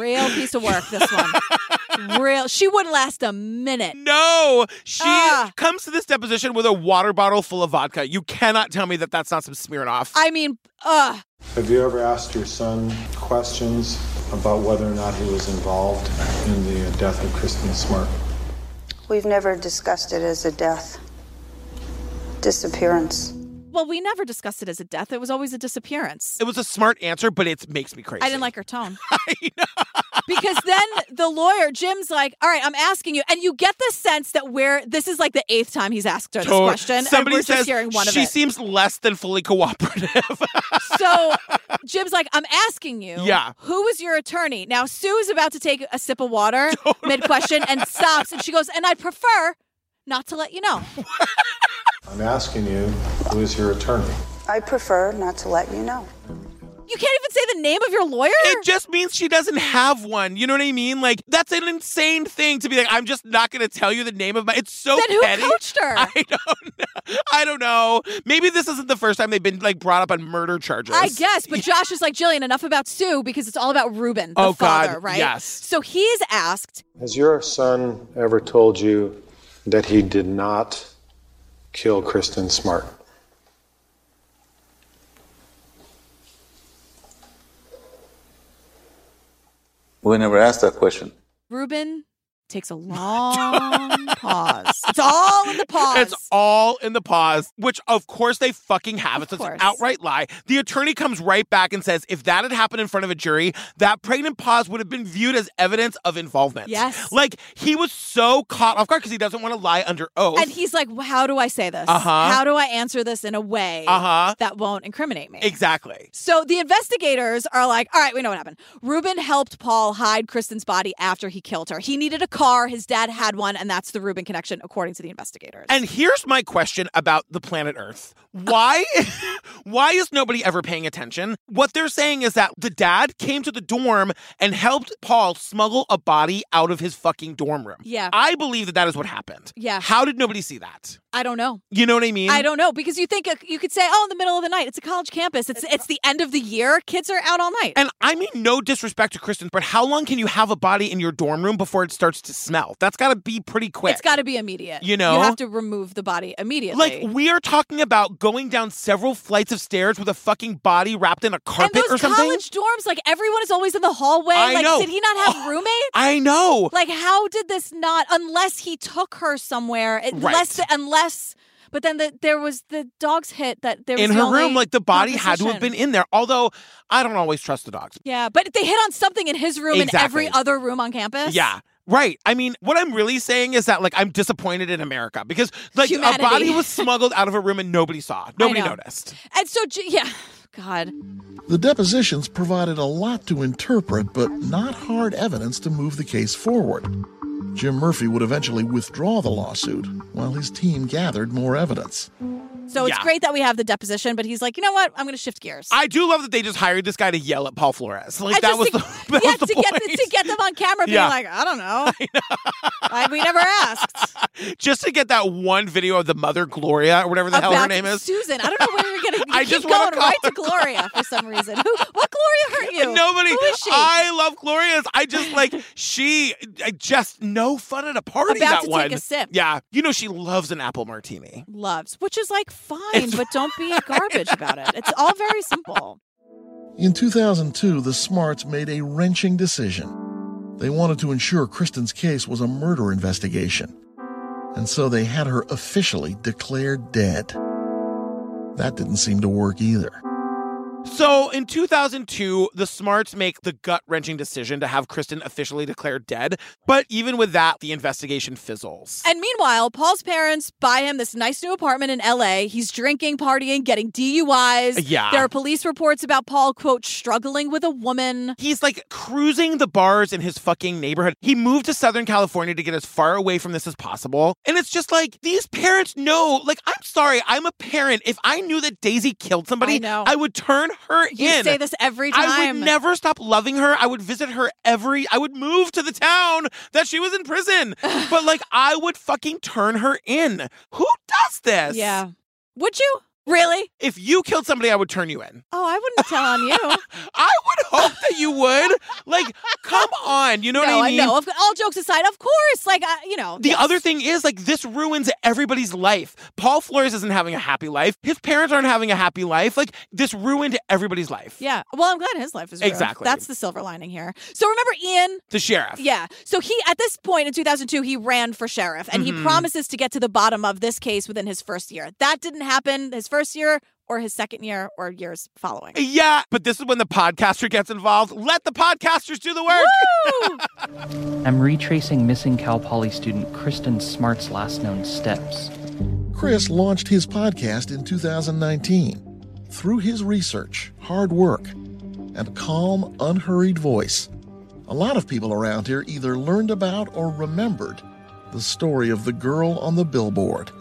Speaker 2: Real piece of work, this one. Real. She wouldn't last a minute.
Speaker 1: No, she
Speaker 2: Ah.
Speaker 1: comes to this deposition with a water bottle full of vodka. You cannot tell me that that's not some Smirnoff.
Speaker 2: I mean, ugh.
Speaker 5: Have you ever asked your son questions about whether or not he was involved in the death of Kristen Smart?
Speaker 13: We've never discussed it as a death, disappearance.
Speaker 2: Well, we never discussed it as a death. It was always a disappearance.
Speaker 1: It was a smart answer, but it makes me crazy.
Speaker 2: I didn't like her tone. because then the lawyer, Jim's like, all right, I'm asking you. And you get the sense that we're, this is like the eighth time he's asked her this
Speaker 1: Tot-
Speaker 2: question.
Speaker 1: Somebody
Speaker 2: and we're
Speaker 1: says
Speaker 2: just hearing one
Speaker 1: she
Speaker 2: of it.
Speaker 1: seems less than fully cooperative.
Speaker 2: so Jim's like, I'm asking you,
Speaker 1: Yeah.
Speaker 2: who was your attorney? Now, Sue is about to take a sip of water mid question and stops. And she goes, and I'd prefer not to let you know.
Speaker 5: I'm asking you, who is your attorney?
Speaker 13: I prefer not to let you know.
Speaker 2: You can't even say the name of your lawyer.
Speaker 1: It just means she doesn't have one. You know what I mean? Like that's an insane thing to be like. I'm just not going to tell you the name of my. It's so
Speaker 2: Then who
Speaker 1: petty.
Speaker 2: coached her?
Speaker 1: I don't. Know. I don't know. Maybe this isn't the first time they've been like brought up on murder charges.
Speaker 2: I guess, but Josh is like, Jillian, enough about Sue because it's all about Ruben, the
Speaker 5: Oh, God,
Speaker 2: father, right?
Speaker 5: yes.
Speaker 2: So he's asked,
Speaker 5: Has your son ever told you that he did not kill Kristen Smart?
Speaker 14: We never asked that question.
Speaker 2: Ruben Takes a long pause. It's all in the pause.
Speaker 1: It's all in the pause, which of course they fucking have. It's an
Speaker 2: course.
Speaker 1: outright lie. The attorney comes right back and says if that had happened in front of a jury, that pregnant pause would have been viewed as evidence of involvement.
Speaker 2: Yes.
Speaker 1: Like he was so caught off guard because he doesn't want to lie under oath.
Speaker 2: And he's like, how do I say this?
Speaker 1: Uh-huh.
Speaker 2: How do I answer this in a way
Speaker 1: Uh-huh.
Speaker 2: that won't incriminate me?
Speaker 1: exactly.
Speaker 2: So the investigators are like, all right, we know what happened. Ruben helped Paul hide Kristen's body after he killed her. He needed a car. His dad had one, and that's the Ruben connection, according to the investigators.
Speaker 1: And here's my question about the planet Earth. Why why is nobody ever paying attention? What they're saying is that the dad came to the dorm and helped Paul smuggle a body out of his fucking dorm room.
Speaker 2: Yeah.
Speaker 1: I believe that that is what happened.
Speaker 2: Yeah.
Speaker 1: How did nobody see that?
Speaker 2: I don't know.
Speaker 1: You know what I mean?
Speaker 2: I don't know because you think you could say, "Oh, in the middle of the night, it's a college campus. It's it's the end of the year. Kids are out all night."
Speaker 1: And I mean no disrespect to Kristen, but how long can you have a body in your dorm room before it starts to smell? That's got to be pretty quick.
Speaker 2: It's got to be immediate.
Speaker 1: You know?
Speaker 2: you have to remove the body immediately.
Speaker 1: like we are talking about going down several flights of stairs with a fucking body wrapped in a carpet
Speaker 2: those
Speaker 1: or something.
Speaker 2: college dorms, like everyone is always in the hallway.
Speaker 1: I
Speaker 2: like,
Speaker 1: know.
Speaker 2: did he not have roommates?
Speaker 1: I know.
Speaker 2: Like, how did this not? Unless he took her somewhere, it-
Speaker 1: Right.
Speaker 2: unless unless. But then the, there was the dog's hit that there was
Speaker 1: in
Speaker 2: the
Speaker 1: her
Speaker 2: only
Speaker 1: room, like the body had to have
Speaker 2: composition.
Speaker 1: been in there. Although I don't always trust the dogs.
Speaker 2: Yeah, but they hit on something in his room and every
Speaker 1: Exactly.
Speaker 2: other room on campus.
Speaker 1: Yeah. Right. I mean, what I'm really saying is that like I'm disappointed in America because like
Speaker 2: Humanity.
Speaker 1: a body was smuggled out of a room and nobody saw. it. Nobody
Speaker 2: know.
Speaker 1: noticed.
Speaker 2: and so J- yeah, God.
Speaker 3: The depositions provided a lot to interpret, but not hard evidence to move the case forward. Jim Murphy would eventually withdraw the lawsuit while his team gathered more evidence.
Speaker 2: So it's
Speaker 1: Yeah.
Speaker 2: great that we have the deposition, but he's like, you know what? I'm going to shift gears.
Speaker 1: I do love that they just hired this guy to yell at Paul Flores. Like
Speaker 2: And
Speaker 1: that
Speaker 2: just
Speaker 1: was
Speaker 2: to,
Speaker 1: the that
Speaker 2: yeah,
Speaker 1: was the
Speaker 2: to
Speaker 1: point.
Speaker 2: get the- to get them on camera being
Speaker 1: Yeah.
Speaker 2: like, I don't know. I- we never asked
Speaker 1: just to get that one video of the mother Gloria or whatever the hell her
Speaker 2: about
Speaker 1: name is.
Speaker 2: Susan. I don't know where you're going to
Speaker 1: I
Speaker 2: keep
Speaker 1: just wanna
Speaker 2: going
Speaker 1: call
Speaker 2: right to Gloria for some reason. Who, what Gloria hurt you?
Speaker 1: Nobody.
Speaker 2: Who is she?
Speaker 1: I love Gloria's. I just like she. I just no fun at a party.
Speaker 2: About
Speaker 1: that
Speaker 2: to take
Speaker 1: one.
Speaker 2: a sip.
Speaker 1: Yeah, you know she loves an apple martini.
Speaker 2: Loves, which is like fine, but don't be garbage about it. It's all very simple.
Speaker 3: In 2002, the Smarts made a wrenching decision. They wanted to ensure Kristen's case was a murder investigation, and so they had her officially declared dead. That didn't seem to work either.
Speaker 1: So in 2002, the Smarts make the gut wrenching decision to have Kristen officially declared dead. But even with that, the investigation fizzles.
Speaker 2: And meanwhile, Paul's parents buy him this nice new apartment in LA. He's drinking, partying, getting DUIs.
Speaker 1: Yeah.
Speaker 2: There are police reports about Paul, quote, struggling with a woman.
Speaker 1: He's like cruising the bars in his fucking neighborhood. He moved to Southern California to get as far away from this as possible. And it's just like, these parents know. Like, I'm sorry, I'm a parent. If I knew that Daisy killed somebody,
Speaker 2: I know.
Speaker 1: would turn her
Speaker 2: You
Speaker 1: in.
Speaker 2: say this every
Speaker 1: I
Speaker 2: time.
Speaker 1: would never stop loving her. I would visit her every I would move to the town that she was in prison. but like I would fucking turn her in. Who does this?
Speaker 2: Yeah. Would you? Really?
Speaker 1: If you killed somebody, I would turn you in.
Speaker 2: Oh, I wouldn't tell on you.
Speaker 1: I would hope that you would. Like, come on. You know
Speaker 2: no,
Speaker 1: what I mean?
Speaker 2: know. Of- All jokes aside, of course. Like, I you know.
Speaker 1: The
Speaker 2: yes.
Speaker 1: other thing is, like, this ruins everybody's life. Paul Flores isn't having a happy life. His parents aren't having a happy life. Like, this ruined everybody's life.
Speaker 2: Yeah. Well, I'm glad his life is ruined.
Speaker 1: Exactly.
Speaker 2: That's the silver lining here. So remember Ian?
Speaker 1: The sheriff.
Speaker 2: Yeah. So he, at this point in 2002, he ran for sheriff and he
Speaker 1: Mhm.
Speaker 2: promises to get to the bottom of this case within his first year. That didn't happen his first year or his second year or years following.
Speaker 1: Yeah, but this is when the podcaster gets involved. Let the podcasters do the work.
Speaker 8: I'm retracing missing Cal Poly student Kristen Smart's last known steps.
Speaker 3: Chris launched his podcast in 2019. Through his research, hard work, and a calm, unhurried voice, a lot of people around here either learned about or remembered the story of the girl on the billboard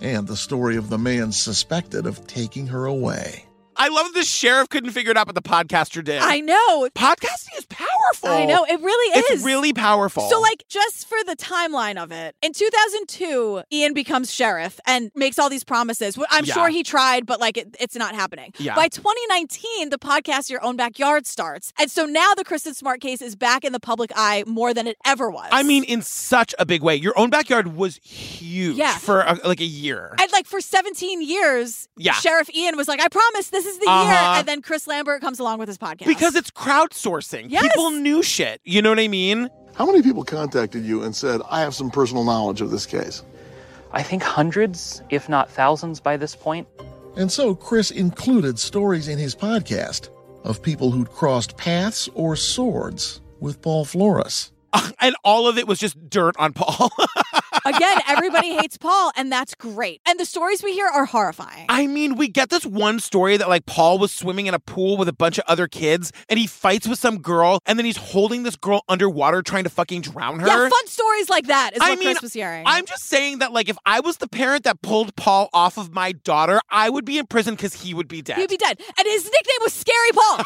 Speaker 3: and the story of the man suspected of taking her away.
Speaker 1: I love that the sheriff couldn't figure it out, but the podcaster did.
Speaker 2: I know.
Speaker 1: Podcasting is powerful.
Speaker 2: I know. It really is.
Speaker 1: It's really powerful.
Speaker 2: So, like, just for the timeline of it, in 2002, Ian becomes sheriff and makes all these promises. Wh- I'm
Speaker 1: Yeah.
Speaker 2: sure he tried, but like, it, it's not happening.
Speaker 1: Yeah.
Speaker 2: By 2019, the podcast Your Own Backyard starts. And so now the Kristen Smart case is back in the public eye more than it ever was.
Speaker 1: I mean, in such a big way. Your own backyard was huge
Speaker 2: Yeah.
Speaker 1: for a, like a year.
Speaker 2: and like for 17 years,
Speaker 1: Yeah.
Speaker 2: Sheriff Ian was like, I promise this is the year.
Speaker 1: Uh-huh.
Speaker 2: And then Chris Lambert comes along with his podcast.
Speaker 1: Because it's crowdsourcing.
Speaker 2: Yes.
Speaker 1: People knew shit. You know what I mean?
Speaker 3: How many people contacted you and said, I have some personal knowledge of this case?
Speaker 8: I think hundreds, if not thousands by this point.
Speaker 3: And so Chris included stories in his podcast of people who'd crossed paths or swords with Paul Flores.
Speaker 1: And all of it was just dirt on Paul.
Speaker 2: Again, everybody hates Paul, and that's great. And the stories we hear are horrifying.
Speaker 1: I mean, we get this one story that like Paul was swimming in a pool with a bunch of other kids and he fights with some girl and then he's holding this girl underwater trying to fucking drown her.
Speaker 2: Yeah, fun stories like that is
Speaker 1: I
Speaker 2: what
Speaker 1: mean,
Speaker 2: Chris was hearing.
Speaker 1: I'm just saying that like if I was the parent that pulled Paul off of my daughter, I would be in prison because he would be dead.
Speaker 2: He'd be dead. And his nickname was Scary Paul.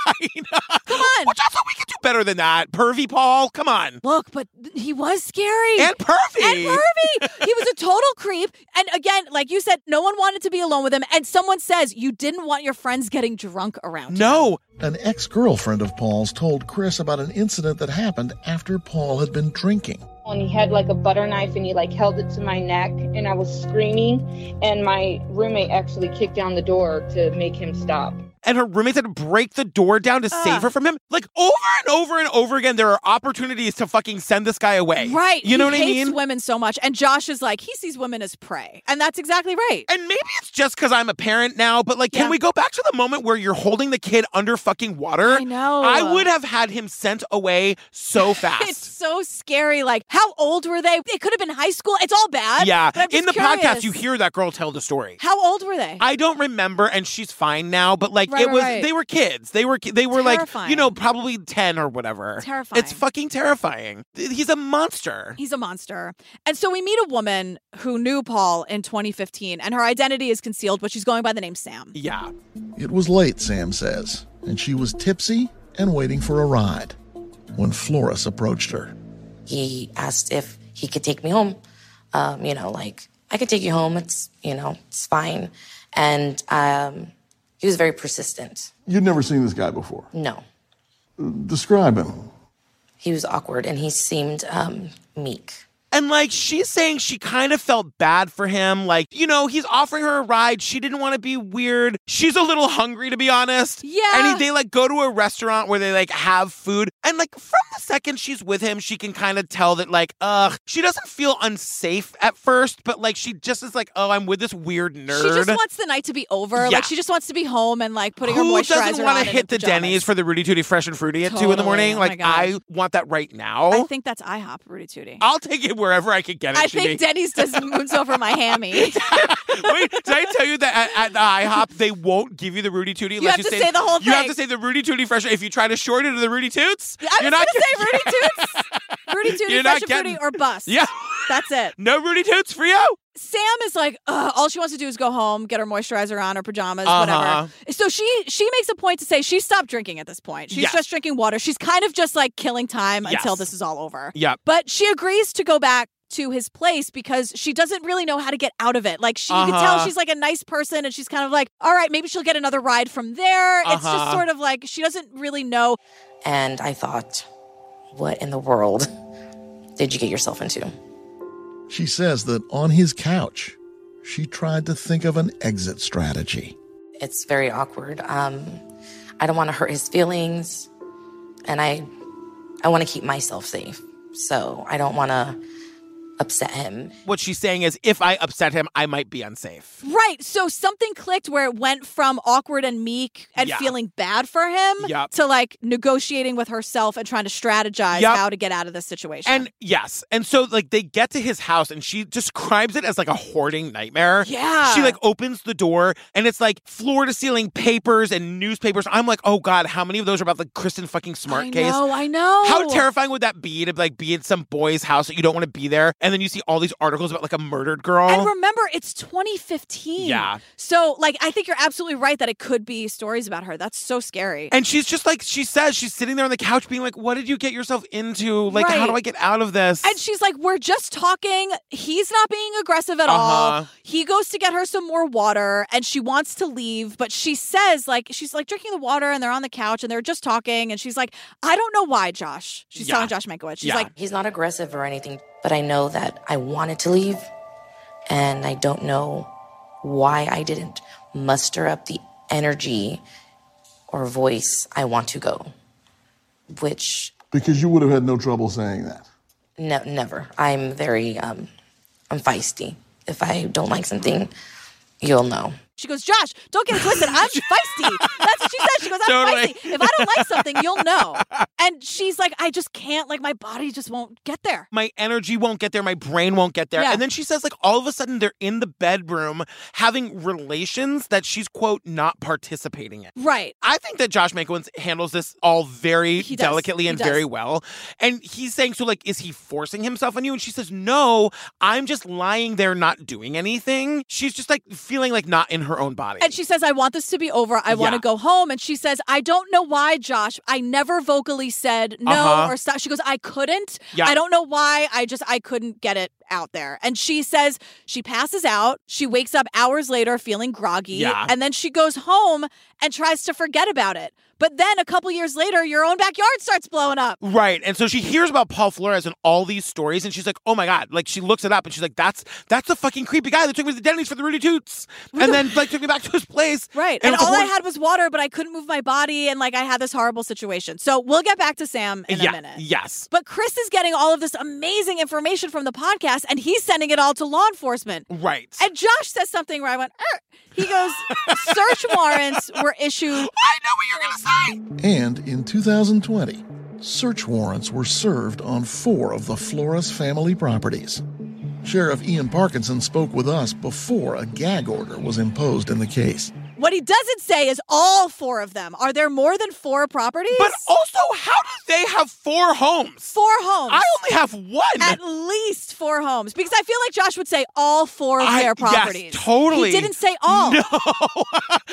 Speaker 2: Come on.
Speaker 1: Which also we could do better than that. Pervy Paul, come on.
Speaker 2: Look, but he was scary.
Speaker 1: And pervy.
Speaker 2: And pervy. he was a total creep. And again, like you said, no one wanted to be alone with him. And someone says you didn't want your friends getting drunk around.
Speaker 1: No.
Speaker 3: An ex girlfriend of Paul's told Chris about an incident that happened after Paul had been drinking.
Speaker 14: and he had like a butter knife and he like held it to my neck and I was screaming and my roommate actually kicked down the door to make him stop.
Speaker 1: and her roommates had to break the door down to save her from him. Like over and over and over again, there are opportunities to fucking send this guy away.
Speaker 2: Right.
Speaker 1: You know
Speaker 2: he
Speaker 1: what I
Speaker 2: hates
Speaker 1: mean?
Speaker 2: women so much. And Josh is like, he sees women as prey. And that's exactly right.
Speaker 1: And maybe it's just because I'm a parent now, but like, can we go back to the moment where you're holding the kid under fucking water? I
Speaker 2: know.
Speaker 1: I would have had him sent away so
Speaker 2: It's
Speaker 1: fast.
Speaker 2: so scary. Like, how old were they? It could have been high school. It's all bad.
Speaker 1: yeah.
Speaker 2: But I'm just
Speaker 1: In the podcast,
Speaker 2: curious.
Speaker 1: you hear that girl tell the story.
Speaker 2: How old were they?
Speaker 1: I don't remember, and she's fine now. But like,
Speaker 2: Right,
Speaker 1: it
Speaker 2: right,
Speaker 1: was
Speaker 2: right.
Speaker 1: they were kids. They were ki- they were like you
Speaker 2: Terrifying.
Speaker 1: know probably ten or whatever.
Speaker 2: Terrifying.
Speaker 1: It's fucking terrifying. Th- He's a monster.
Speaker 2: He's a monster. And so we meet a woman who knew Paul in 2015, and her identity is concealed, but she's going by the name Sam.
Speaker 1: Yeah.
Speaker 3: It was late, Sam says, and she was tipsy and waiting for a ride when Flores approached her.
Speaker 15: He asked if he could take me home.
Speaker 7: Uh,
Speaker 15: Um, you know, like, I could take you home. It's, you know, it's fine. And um, he was very persistent.
Speaker 3: You'd never seen this guy before.
Speaker 15: No,
Speaker 3: Describe him.
Speaker 15: he was awkward and he seemed um, meek.
Speaker 1: And like she's saying she kind of felt bad for him. Like, you know, he's offering her a ride. She didn't want to be weird. She's a little hungry to be honest.
Speaker 2: Yeah.
Speaker 1: And he, they like go to a restaurant where they like have food. And like from the second she's with him, she can kind of tell that like, ugh, she doesn't feel unsafe at first, but like she just is like, oh, I'm with this weird nerd.
Speaker 2: She just wants the night to be over.
Speaker 1: Yeah.
Speaker 2: Like, she just wants to be home and, like, putting her
Speaker 1: who
Speaker 2: moisturizer
Speaker 1: doesn't want
Speaker 2: on
Speaker 1: to
Speaker 2: and in
Speaker 1: hit the
Speaker 2: pajamas.
Speaker 1: Denny's for the Rudy Tooty Fresh and Fruity at two in the
Speaker 2: Totally.
Speaker 1: morning?
Speaker 2: Oh my
Speaker 1: like,
Speaker 2: God.
Speaker 1: I want that right now.
Speaker 2: I think that's IHOP, Rudy Tooty.
Speaker 1: I'll take it wherever I can get it.
Speaker 2: I
Speaker 1: Jimmy.
Speaker 2: think Denny's does moons over my hammy.
Speaker 1: Wait, did I tell you that at, at the IHOP they won't give you the Rudy Tooty?
Speaker 2: You
Speaker 1: unless
Speaker 2: have to say the whole
Speaker 1: You have
Speaker 2: thing.
Speaker 1: to say the Rudy Tooty fresh. If you try to short it to the Rudy Toots,
Speaker 2: I
Speaker 1: you're
Speaker 2: was
Speaker 1: not
Speaker 2: going to say Rudy Toots, Rudy Tooty,
Speaker 1: You're
Speaker 2: Fresh
Speaker 1: not
Speaker 2: and
Speaker 1: getting-
Speaker 2: Fruity, or bust.
Speaker 1: Yeah.
Speaker 2: That's it.
Speaker 1: No Rudy Toots for you.
Speaker 2: Sam is like, Ugh, all she wants to do is go home, get her moisturizer on, her pajamas,
Speaker 1: Uh-huh.
Speaker 2: whatever. So she she makes a point to say she stopped drinking at this point. She's
Speaker 1: Yes.
Speaker 2: just drinking water. She's kind of just like killing time
Speaker 1: Yes.
Speaker 2: until this is all over.
Speaker 1: Yep.
Speaker 2: But she agrees to go back to his place because she doesn't really know how to get out of it. Like she you can tell
Speaker 1: Uh-huh.
Speaker 2: she's like a nice person and she's kind of like, all right, maybe she'll get another ride from there. It's just
Speaker 15: Uh-huh.
Speaker 2: sort of like she doesn't really know.
Speaker 15: And I thought, what in the world did you get yourself into?
Speaker 3: She says that on his couch, she tried to think of an exit strategy.
Speaker 15: It's very awkward. Um, I don't want to hurt his feelings, and I, I want to keep myself safe. So I don't want to upset him.
Speaker 1: What she's saying is, if I upset him, I might be unsafe.
Speaker 2: Right. So something clicked where it went from awkward and meek and
Speaker 1: Yeah.
Speaker 2: feeling bad for him
Speaker 1: Yep.
Speaker 2: to like negotiating with herself and trying to strategize
Speaker 1: Yep.
Speaker 2: how to get out of this situation.
Speaker 1: And yes, and so like they get to his house, and she describes it as like a hoarding nightmare.
Speaker 2: Yeah.
Speaker 1: she like opens the door, and it's like floor to ceiling papers and newspapers. I'm like, oh god, how many of those are about the Kristen fucking smart
Speaker 2: I
Speaker 1: case?
Speaker 2: know, I know.
Speaker 1: How terrifying would that be to like be in some boy's house that you don't want to be there, and then you see all these articles about like a murdered girl?
Speaker 2: And remember, it's 2015.
Speaker 1: Yeah.
Speaker 2: So, like, I think you're absolutely right that it could be stories about her. That's so scary.
Speaker 1: and she's just like she says, she's sitting there on the couch, being like, "What did you get yourself into? Like, how
Speaker 2: Right.
Speaker 1: do I get out of this?"
Speaker 2: And she's like, We're just talking. He's not being aggressive at all.
Speaker 1: Uh-huh.
Speaker 2: He goes to get her some more water and she wants to leave. But she says, like, she's like drinking the water and they're on the couch and they're just talking. And she's like, I don't know why, Josh. She's
Speaker 15: Yeah.
Speaker 2: telling Josh Mankiewicz. She's like,
Speaker 15: he's not aggressive or anything, but I know that I wanted to leave, and I don't know why I didn't muster up the energy or voice I want to go, which
Speaker 3: Because you would have had no trouble saying that.
Speaker 15: No, never. I'm very, um, I'm feisty. If I don't like something, you'll know.
Speaker 2: She goes, Josh, don't get it twisted. I'm feisty. That's what she said. She goes, I'm
Speaker 15: Totally.
Speaker 2: feisty. If I don't like something, you'll know. And she's like, I just can't. Like my body just won't get there.
Speaker 1: my energy won't get there, my brain won't get there.
Speaker 2: Yeah.
Speaker 1: And then she says, like, all of a sudden they're in the bedroom having relations that she's, quote, not participating in.
Speaker 2: Right.
Speaker 1: I think that Josh Mankiewicz handles this all very
Speaker 2: He does.
Speaker 1: delicately
Speaker 2: He
Speaker 1: and
Speaker 2: does.
Speaker 1: very well. And he's saying, so, like, is he forcing himself on you? And she says, no, I'm just lying there not doing anything. She's just, like, feeling like not in her own body.
Speaker 2: And she says, I want this to be over. I want
Speaker 1: Yeah.
Speaker 2: to go home. And she says, I don't know why, Josh. I never vocally said no
Speaker 1: Uh-huh.
Speaker 2: or stop. She goes, I couldn't.
Speaker 1: Yeah.
Speaker 2: I don't know why. I just, I couldn't get it out there. And she says, she passes out. She wakes up hours later feeling groggy.
Speaker 16: Yeah.
Speaker 2: And then she goes home and tries to forget about it. But then a couple years later, your own backyard starts blowing up.
Speaker 1: Right. And so she hears about Paul Flores and all these stories, and she's like, oh my God. Like she looks it up and she's like, that's that's the fucking creepy guy that took me to the Denny's for the Rudy Toots. And then like took me back to his place.
Speaker 2: Right. And,
Speaker 1: with the
Speaker 2: all I
Speaker 1: horse-
Speaker 2: had was water, but I couldn't move my body. And like I had this horrible situation. So we'll get back to Sam in
Speaker 1: yeah,
Speaker 2: a minute.
Speaker 1: Yes.
Speaker 2: But Chris is getting all of this amazing information from the podcast and he's sending it all to law enforcement.
Speaker 1: Right.
Speaker 2: And Josh says something where I went, er. he goes, search warrants were issued. I know
Speaker 1: what you're going to say.
Speaker 3: And in 2020, search warrants were served on four of the Flores family properties. Sheriff Ian Parkinson spoke with us before a gag order was imposed in the case.
Speaker 2: What he doesn't say is all four of them. Are there more than four properties? But
Speaker 1: also, how do they have four homes?
Speaker 2: Four homes. I
Speaker 1: only have one.
Speaker 2: At least four homes. Because I feel like Josh would say all four of
Speaker 1: I-
Speaker 2: their
Speaker 1: yes,
Speaker 2: properties.
Speaker 1: totally.
Speaker 2: He didn't say all.
Speaker 1: No.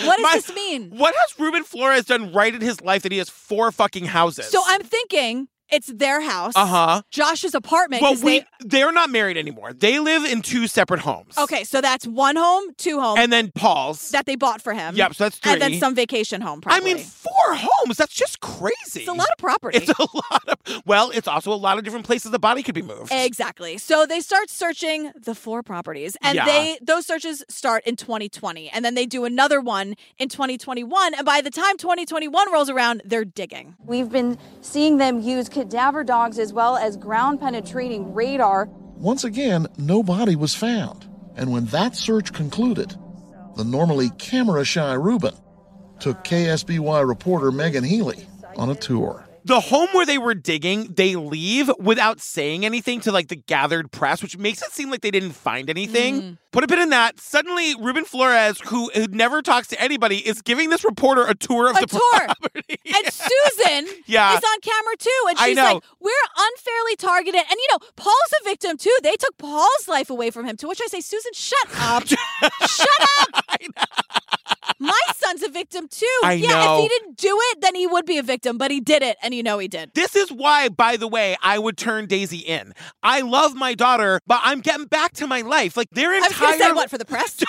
Speaker 2: What does
Speaker 1: My-
Speaker 2: this mean?
Speaker 1: What has Ruben Flores done right in his life that he has four fucking houses?
Speaker 2: So I'm thinking it's their house.
Speaker 1: Uh-huh.
Speaker 2: Josh's apartment.
Speaker 1: well,
Speaker 2: 'cause
Speaker 1: we
Speaker 2: they-
Speaker 1: they're not married anymore. They live in two separate homes.
Speaker 2: Okay, so that's one home, two homes.
Speaker 1: And then Paul's.
Speaker 2: that they bought for him.
Speaker 1: Yep, so that's
Speaker 2: And then
Speaker 1: three.
Speaker 2: some vacation home
Speaker 1: I
Speaker 2: probably.
Speaker 1: mean, four homes. That's just crazy. It's a lot
Speaker 2: of property.
Speaker 1: It's a lot of. Well, it's also a lot of different places the body could be moved.
Speaker 2: Exactly. So they start searching the four properties and
Speaker 1: Yeah.
Speaker 2: they those searches start in 2020 and then they do another one in 2021 and by the time 2021 rolls around they're digging.
Speaker 17: We've been seeing them use cadaver dogs as well as ground penetrating radar.
Speaker 3: Once again, no body was found. And when that search concluded, the normally camera shy Ruben took KSBY reporter Megan Healy on a tour.
Speaker 1: The home where they were digging, they leave without saying anything to like the gathered press, which makes it seem like they didn't find anything.
Speaker 2: Mm-hmm.
Speaker 1: Put a bit in that. Suddenly, Ruben Flores, who, who never talks to anybody, is giving this reporter a tour of
Speaker 2: A
Speaker 1: the
Speaker 2: tour.
Speaker 1: property.
Speaker 2: And Susan
Speaker 1: Yeah.
Speaker 2: is on camera too and
Speaker 1: I
Speaker 2: she's
Speaker 1: know.
Speaker 2: like we're unfairly targeted and you know Paul's a victim too. They took Paul's life away from him to which I say Susan shut up. shut up. My son's a victim too.
Speaker 1: I
Speaker 2: yeah, if
Speaker 1: know.
Speaker 2: he didn't do it then he would be a victim, but he did it and you know he did.
Speaker 1: This is why, by the way, I would turn Daisy in. I love my daughter, but I'm getting back to my life. Like their
Speaker 2: I was
Speaker 1: entire
Speaker 2: going to say what for the press, for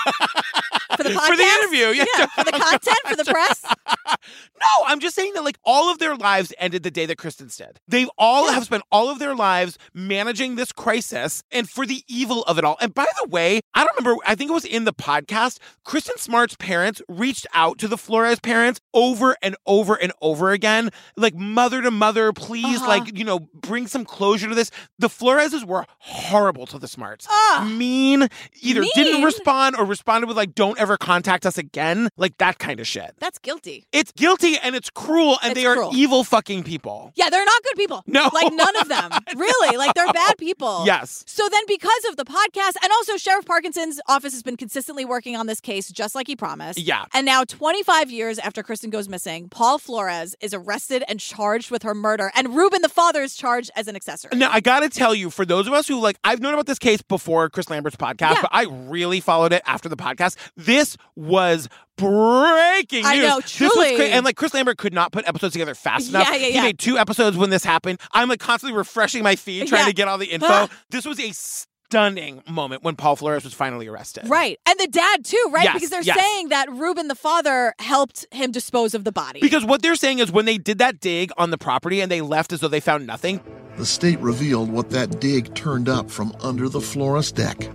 Speaker 2: the podcast,
Speaker 1: for the interview, yeah.
Speaker 2: for the content, for the press.
Speaker 1: No, I'm just saying that like all of their lives ended the day that Kristen's dead. They all have spent all of their lives managing this crisis and for the evil of it all. And by the way, I don't remember, I think it was in the podcast, Kristen Smart's parents reached out to the Flores parents over and over and over again, like mother to mother, please,
Speaker 2: Uh-huh.
Speaker 1: like, you know, bring some closure to this. The Floreses were horrible to the Smarts. mean, either didn't
Speaker 2: Mean?
Speaker 1: respond or responded with like, don't ever contact us again, like that kind of shit.
Speaker 2: That's guilty.
Speaker 1: It's guilty and it's cruel and
Speaker 2: It's
Speaker 1: they are
Speaker 2: cruel.
Speaker 1: evil fucking people.
Speaker 2: Yeah, they're not good people.
Speaker 1: No.
Speaker 2: like none of them. Really, like they're bad people.
Speaker 1: Yes.
Speaker 2: So then, because of the podcast, and also Sheriff Parkinson's office has been consistently working on this case, just like he promised.
Speaker 1: Yeah.
Speaker 2: And now, 25 years after Kristen goes missing, Paul Flores is arrested and charged with her murder, and Ruben, the father, is charged as an accessory.
Speaker 1: Now, I gotta tell you, for those of us who like, I've known about this case before Chris Lambert's podcast, but I really followed it after the podcast. This was breaking news.
Speaker 2: I know,
Speaker 1: This was
Speaker 2: truly.
Speaker 1: cra- and like, Chris Lambert could not put episodes together fast
Speaker 2: Yeah,
Speaker 1: enough.
Speaker 2: yeah,
Speaker 1: He
Speaker 2: yeah.
Speaker 1: made two episodes when this happened. I'm like constantly refreshing my feed trying
Speaker 2: Yeah.
Speaker 1: to get all the info.
Speaker 2: Ah.
Speaker 1: this was a stunning moment when Paul Flores was finally arrested.
Speaker 2: Right. And the dad, too, right?
Speaker 1: Yes,
Speaker 2: because they're
Speaker 1: yes.
Speaker 2: saying that Ruben, the father, helped him dispose of the body.
Speaker 1: Because what they're saying is when they did that dig on the property and they left as though they found nothing,
Speaker 3: The state revealed what that dig turned up from under the Flores deck.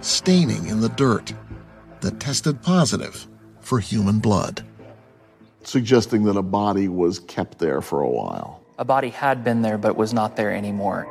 Speaker 3: Staining in the dirt that tested positive for human blood.
Speaker 18: suggesting that a body was kept there for a while.
Speaker 8: A body had been there but was not there anymore.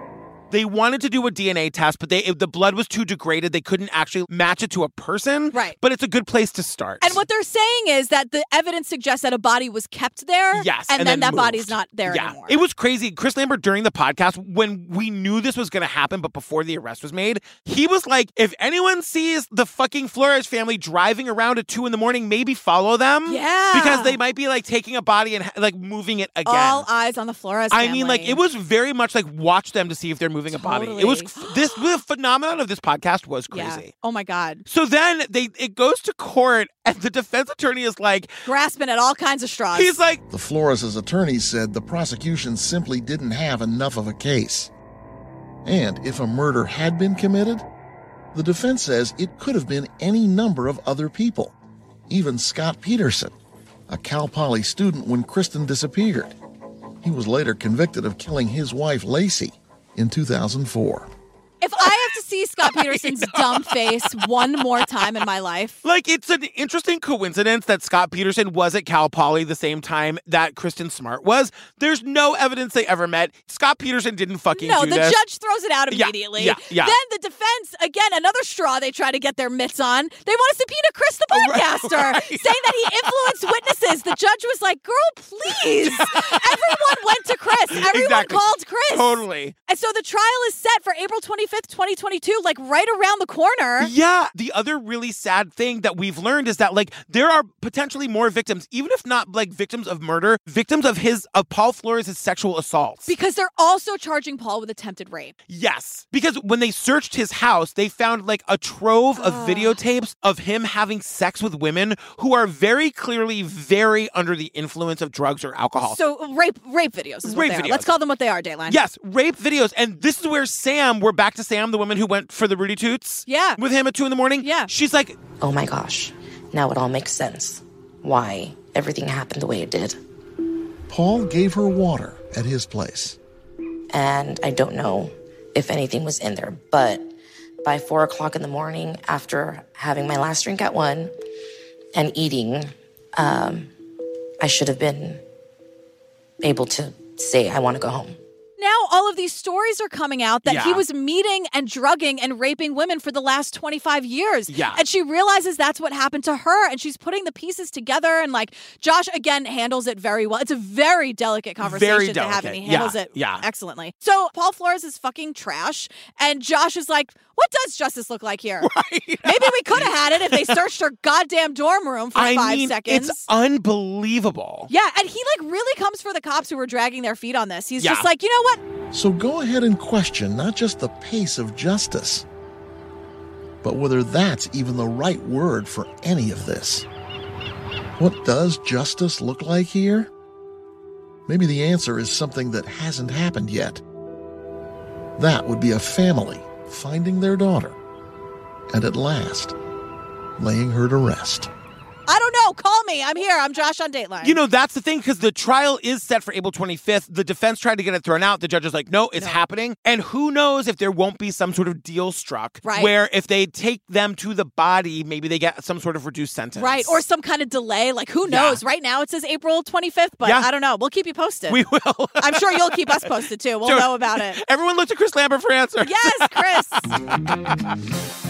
Speaker 1: They wanted to do a DNA test, but they if the blood was too degraded, they couldn't actually match it to a person.
Speaker 2: Right.
Speaker 1: But it's a good place to start.
Speaker 2: And what they're saying is that the evidence suggests that a body was kept there.
Speaker 1: Yes,
Speaker 2: And,
Speaker 1: and
Speaker 2: then,
Speaker 1: then
Speaker 2: that body's
Speaker 1: moved.
Speaker 2: not there
Speaker 1: yeah,
Speaker 2: anymore.
Speaker 1: it was crazy. Chris Lambert during the podcast, when we knew this was going to happen, but before the arrest was made, he was like, "If anyone sees the fucking Flores family driving around at two in the morning, maybe follow them.
Speaker 2: Yeah.
Speaker 1: because they might be like taking a body and like moving it again.
Speaker 2: All eyes on the Flores
Speaker 1: I mean, like
Speaker 2: family.
Speaker 1: it was very much like watch them to see if they're moving a body. It was this the phenomenon of this podcast was
Speaker 2: Yeah.
Speaker 1: crazy.
Speaker 2: Oh my God.
Speaker 1: So then they it goes to court, and the defense attorney is like,
Speaker 2: Grasping at all kinds of straws.
Speaker 1: he's like,
Speaker 3: The Flores' attorney said the prosecution simply didn't have enough of a case. And if a murder had been committed, the defense says it could have been any number of other people, even Scott Peterson, a Cal Poly student when Kristen disappeared. He was later convicted of killing his wife Lacey in 2004.
Speaker 2: If I have to see Scott Peterson's dumb face one more time in my life,
Speaker 1: Like, it's an interesting coincidence that Scott Peterson was at Cal Poly the same time that Kristen Smart was. There's no evidence they ever met. Scott Peterson didn't fucking
Speaker 2: no,
Speaker 1: do
Speaker 2: the
Speaker 1: this.
Speaker 2: judge throws it out
Speaker 1: Yeah,
Speaker 2: immediately.
Speaker 1: yeah, yeah.
Speaker 2: Then the defense, again, another straw they try to get their mitts on. They want to subpoena Chris the podcaster, saying that he influenced witnesses. The judge was like, girl, please. Everyone went to Chris. Everyone
Speaker 1: Exactly.
Speaker 2: called Chris.
Speaker 1: Totally.
Speaker 2: And so the trial is set for April 25th, 2022, like right around the corner.
Speaker 1: Yeah. The other really sad thing that we've learned is that like there are potentially more victims, even if not like victims of murder, victims of his of Paul Flores' sexual assaults.
Speaker 2: Because they're also charging Paul with attempted rape.
Speaker 1: Yes, because when they searched his house, they found like a trove of
Speaker 2: Ah.
Speaker 1: videotapes of him having sex with women who are very clearly very under the influence of drugs or alcohol.
Speaker 2: So rape rape videos is what
Speaker 1: Rape
Speaker 2: they are.
Speaker 1: videos.
Speaker 2: Let's call them what they are, Dayline.
Speaker 1: Yes, rape videos. And this is where Sam, we're back to Sam, the woman who went for the Rudy Toots.
Speaker 2: Yeah.
Speaker 1: With him at two in the morning. Yeah. She's like,
Speaker 15: Oh my gosh, now it all makes sense why everything happened the way it did.
Speaker 3: Paul gave her water at his place.
Speaker 15: And I don't know if anything was in there, but by four o'clock in the morning, after having my last drink at one and eating, um, I should have been able to say, I want to go home.
Speaker 2: Now all of these stories are coming out that he
Speaker 15: Yeah.
Speaker 2: was meeting and drugging and raping women for the last 25 years.
Speaker 15: Yeah.
Speaker 2: And she realizes that's what happened to her and she's putting the pieces together and like Josh again handles it very well. It's a very delicate conversation
Speaker 1: Very
Speaker 2: to have and
Speaker 1: delicate.
Speaker 2: he handles
Speaker 1: Yeah,
Speaker 2: it
Speaker 1: yeah.
Speaker 2: excellently. So Paul Flores is fucking trash and Josh is like, "What does justice look like here?" Maybe we could have had it if they searched her goddamn dorm room for
Speaker 1: I
Speaker 2: 5
Speaker 1: mean,
Speaker 2: seconds.
Speaker 1: it's unbelievable.
Speaker 2: yeah, and he like really comes for the cops who were dragging their feet on this. He's
Speaker 3: Yeah.
Speaker 2: just like, "You know what?
Speaker 3: So go ahead and question not just the pace of justice, but whether that's even the right word for any of this. What does justice look like here? Maybe the answer is something that hasn't happened yet. That would be a family finding their daughter and at last laying her to rest.
Speaker 2: I don't know. Call me. I'm here. I'm Josh on Dateline.
Speaker 1: You know, that's the thing because the trial is set for April 25th. The defense tried to get it thrown out. The judge is like, no, it's happening. And who knows if there won't be some sort of deal struck
Speaker 2: Right.
Speaker 1: where if they take them to the body, maybe they get some sort of reduced sentence.
Speaker 2: right. Or some kind of delay. Like, who knows? Right now it says April 25th, but
Speaker 1: Yeah.
Speaker 2: I don't know. We'll keep you posted.
Speaker 1: We will.
Speaker 2: I'm sure you'll keep us posted too. We'll
Speaker 1: Sure.
Speaker 2: know about it.
Speaker 1: Everyone look to Chris Lambert for answers.
Speaker 2: Yes, Chris.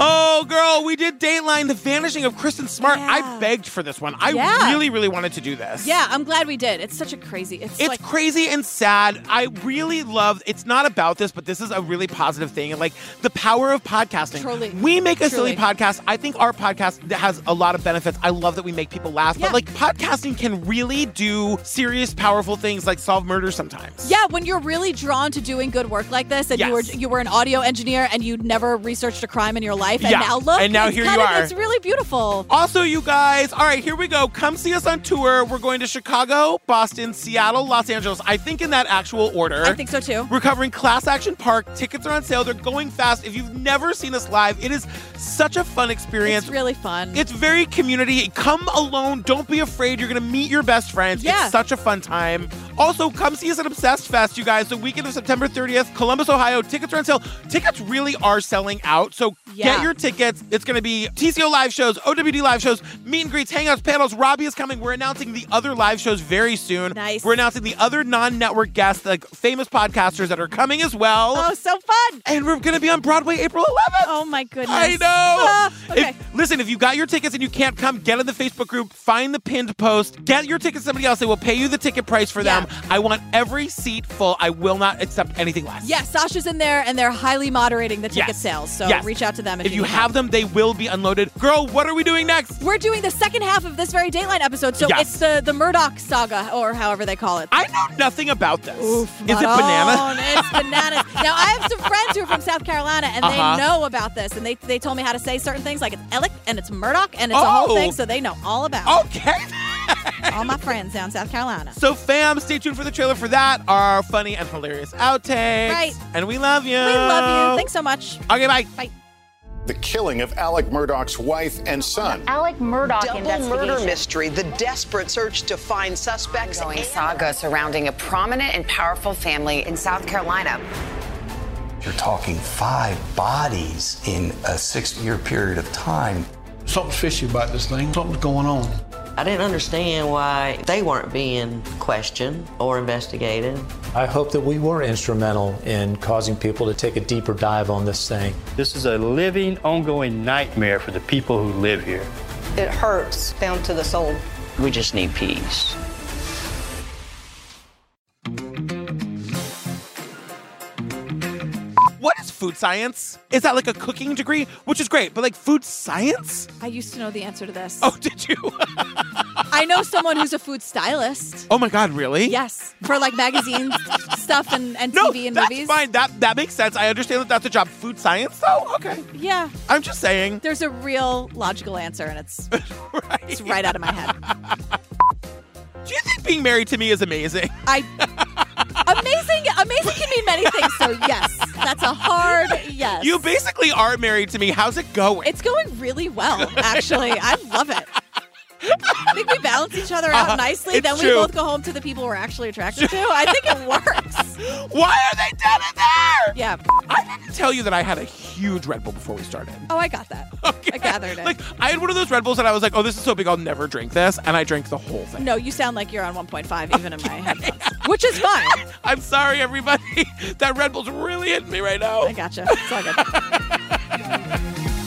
Speaker 1: Oh, girl, we did Dateline, The Vanishing of Kristen Smart. I begged for this one. I
Speaker 2: Yeah.
Speaker 1: really, really wanted to do this.
Speaker 2: yeah, I'm glad we did. It's such a crazy. It's,
Speaker 1: It's
Speaker 2: like
Speaker 1: crazy and sad. I really love. It's not about this, but this is a really positive thing. And like the power of podcasting.
Speaker 2: Truly.
Speaker 1: We make a silly
Speaker 2: Truly.
Speaker 1: podcast. I think our podcast has a lot of benefits. I love that we make people laugh. But like podcasting can really do serious, powerful things, like solve murder sometimes.
Speaker 2: Yeah, when you're really drawn to doing good work like this, and you were
Speaker 1: Yes.
Speaker 2: you were an audio engineer and you never researched a crime in your life, and
Speaker 1: Yeah.
Speaker 2: now look,
Speaker 1: And now
Speaker 2: it's
Speaker 1: here
Speaker 2: kind
Speaker 1: you
Speaker 2: of-
Speaker 1: are.
Speaker 2: It's really beautiful.
Speaker 1: Also, you guys, all right, here we go. Come see us on tour. We're going to Chicago, Boston, Seattle, Los Angeles. I think in that actual order.
Speaker 2: I think so too.
Speaker 1: We're covering Class Action Park. Tickets are on sale. They're going fast. If you've never seen us live, it is such a fun experience.
Speaker 2: It's really fun.
Speaker 1: It's very community. Come alone. Don't be afraid. You're going to meet your best friends.
Speaker 2: Yeah.
Speaker 1: It's such a fun time. Also, come see us at Obsessed Fest, you guys, the weekend of September 30th, Columbus, Ohio. Tickets are on sale. Tickets really are selling out. So
Speaker 2: Yeah.
Speaker 1: get your tickets. It's going to be TCO live shows, OWD live shows, meet and greets, hangouts, panels. Robbie is coming. We're announcing the other live shows very soon.
Speaker 2: Nice.
Speaker 1: We're announcing the other non network guests, like famous podcasters that are coming as well.
Speaker 2: Oh, so fun.
Speaker 1: And we're going to be on Broadway April 11th.
Speaker 2: Oh, my goodness.
Speaker 1: I know.
Speaker 2: Ah,
Speaker 1: If-
Speaker 2: okay.
Speaker 1: listen, if you got your tickets and you can't come, get in the Facebook group, find the pinned post, get your tickets to somebody else. They will pay you the ticket price for them. I want every seat full. I will not accept anything less.
Speaker 2: yeah, Sasha's in there, and they're highly moderating the ticket
Speaker 1: Yes.
Speaker 2: sales. So
Speaker 1: Yes.
Speaker 2: reach out to them if,
Speaker 1: If you
Speaker 2: need
Speaker 1: have them, they will be unloaded. Girl, what are we doing next?
Speaker 2: We're doing the second half of this very Dateline episode, so
Speaker 1: Yes.
Speaker 2: it's the the Murdoch saga, or however they call it.
Speaker 1: I know nothing about this. Is it
Speaker 2: Maron,
Speaker 1: banana?
Speaker 2: it's bananas. Now I have some friends who are from South Carolina, and
Speaker 1: Uh-huh.
Speaker 2: they know about this, and they they told me how to say certain things, like it's Ellick and it's Murdoch, and it's a whole
Speaker 1: Oh.
Speaker 2: thing, so they know all about.
Speaker 1: Okay.
Speaker 2: all my friends down South Carolina.
Speaker 1: So, fam, stay tuned for the trailer for that. Our funny and hilarious outtakes.
Speaker 2: Right.
Speaker 1: And we love you.
Speaker 2: We love you. Thanks so much.
Speaker 1: Okay, bye.
Speaker 2: Bye.
Speaker 16: The killing of Alec Murdoch's wife and son.
Speaker 18: Alec Murdoch
Speaker 19: Double
Speaker 18: investigation.
Speaker 19: murder mystery, the desperate search to find suspects.
Speaker 18: Ongoing saga surrounding a prominent and powerful family in South Carolina.
Speaker 20: You're talking five bodies in a six year period of time.
Speaker 21: Something's fishy about this thing. Something's going on.
Speaker 22: I didn't understand why they weren't being questioned or investigated.
Speaker 23: I hope that we were instrumental in causing people to take a deeper dive on this thing.
Speaker 24: This is a living, ongoing nightmare for the people who live here.
Speaker 18: It hurts down to the soul.
Speaker 22: We just need peace.
Speaker 1: What is food science? Is that like a cooking degree? Which is great, but like food science?
Speaker 2: I used to know the answer to this.
Speaker 1: Oh, did you?
Speaker 2: I know someone who's a food stylist.
Speaker 1: Oh my God, really?
Speaker 2: Yes, for like magazine stuff and, and TV and
Speaker 1: That's
Speaker 2: movies.
Speaker 1: fine. That that makes sense. I understand that that's a job. Food science, though. Okay.
Speaker 2: Yeah,
Speaker 1: I'm just saying.
Speaker 2: there's a real logical answer, and it's it's right out of my head.
Speaker 1: Do you think being married to me is amazing?
Speaker 2: I amazing, amazing can mean many things. So yes, that's a hard yes.
Speaker 1: You basically are married to me. How's it going?
Speaker 2: It's going really well, actually. I love it. I think we balance each other out
Speaker 1: Uh-huh.
Speaker 2: nicely.
Speaker 1: It's
Speaker 2: Then we
Speaker 1: true.
Speaker 2: both go home to the people we're actually attracted to. I think it works.
Speaker 1: Why are they down in there?
Speaker 2: Yeah.
Speaker 1: I didn't tell you that I had a huge Red Bull before we started.
Speaker 2: Oh, I got that. I gathered it.
Speaker 1: Like I had one of those Red Bulls and I was like, oh, this is so big, I'll never drink this, and I drank the whole thing.
Speaker 2: no, you sound like you're on 1.5 even in my headphones, which is fine.
Speaker 1: I'm sorry, everybody. that Red Bull's really hitting me right now. I
Speaker 2: gotcha. It's all good.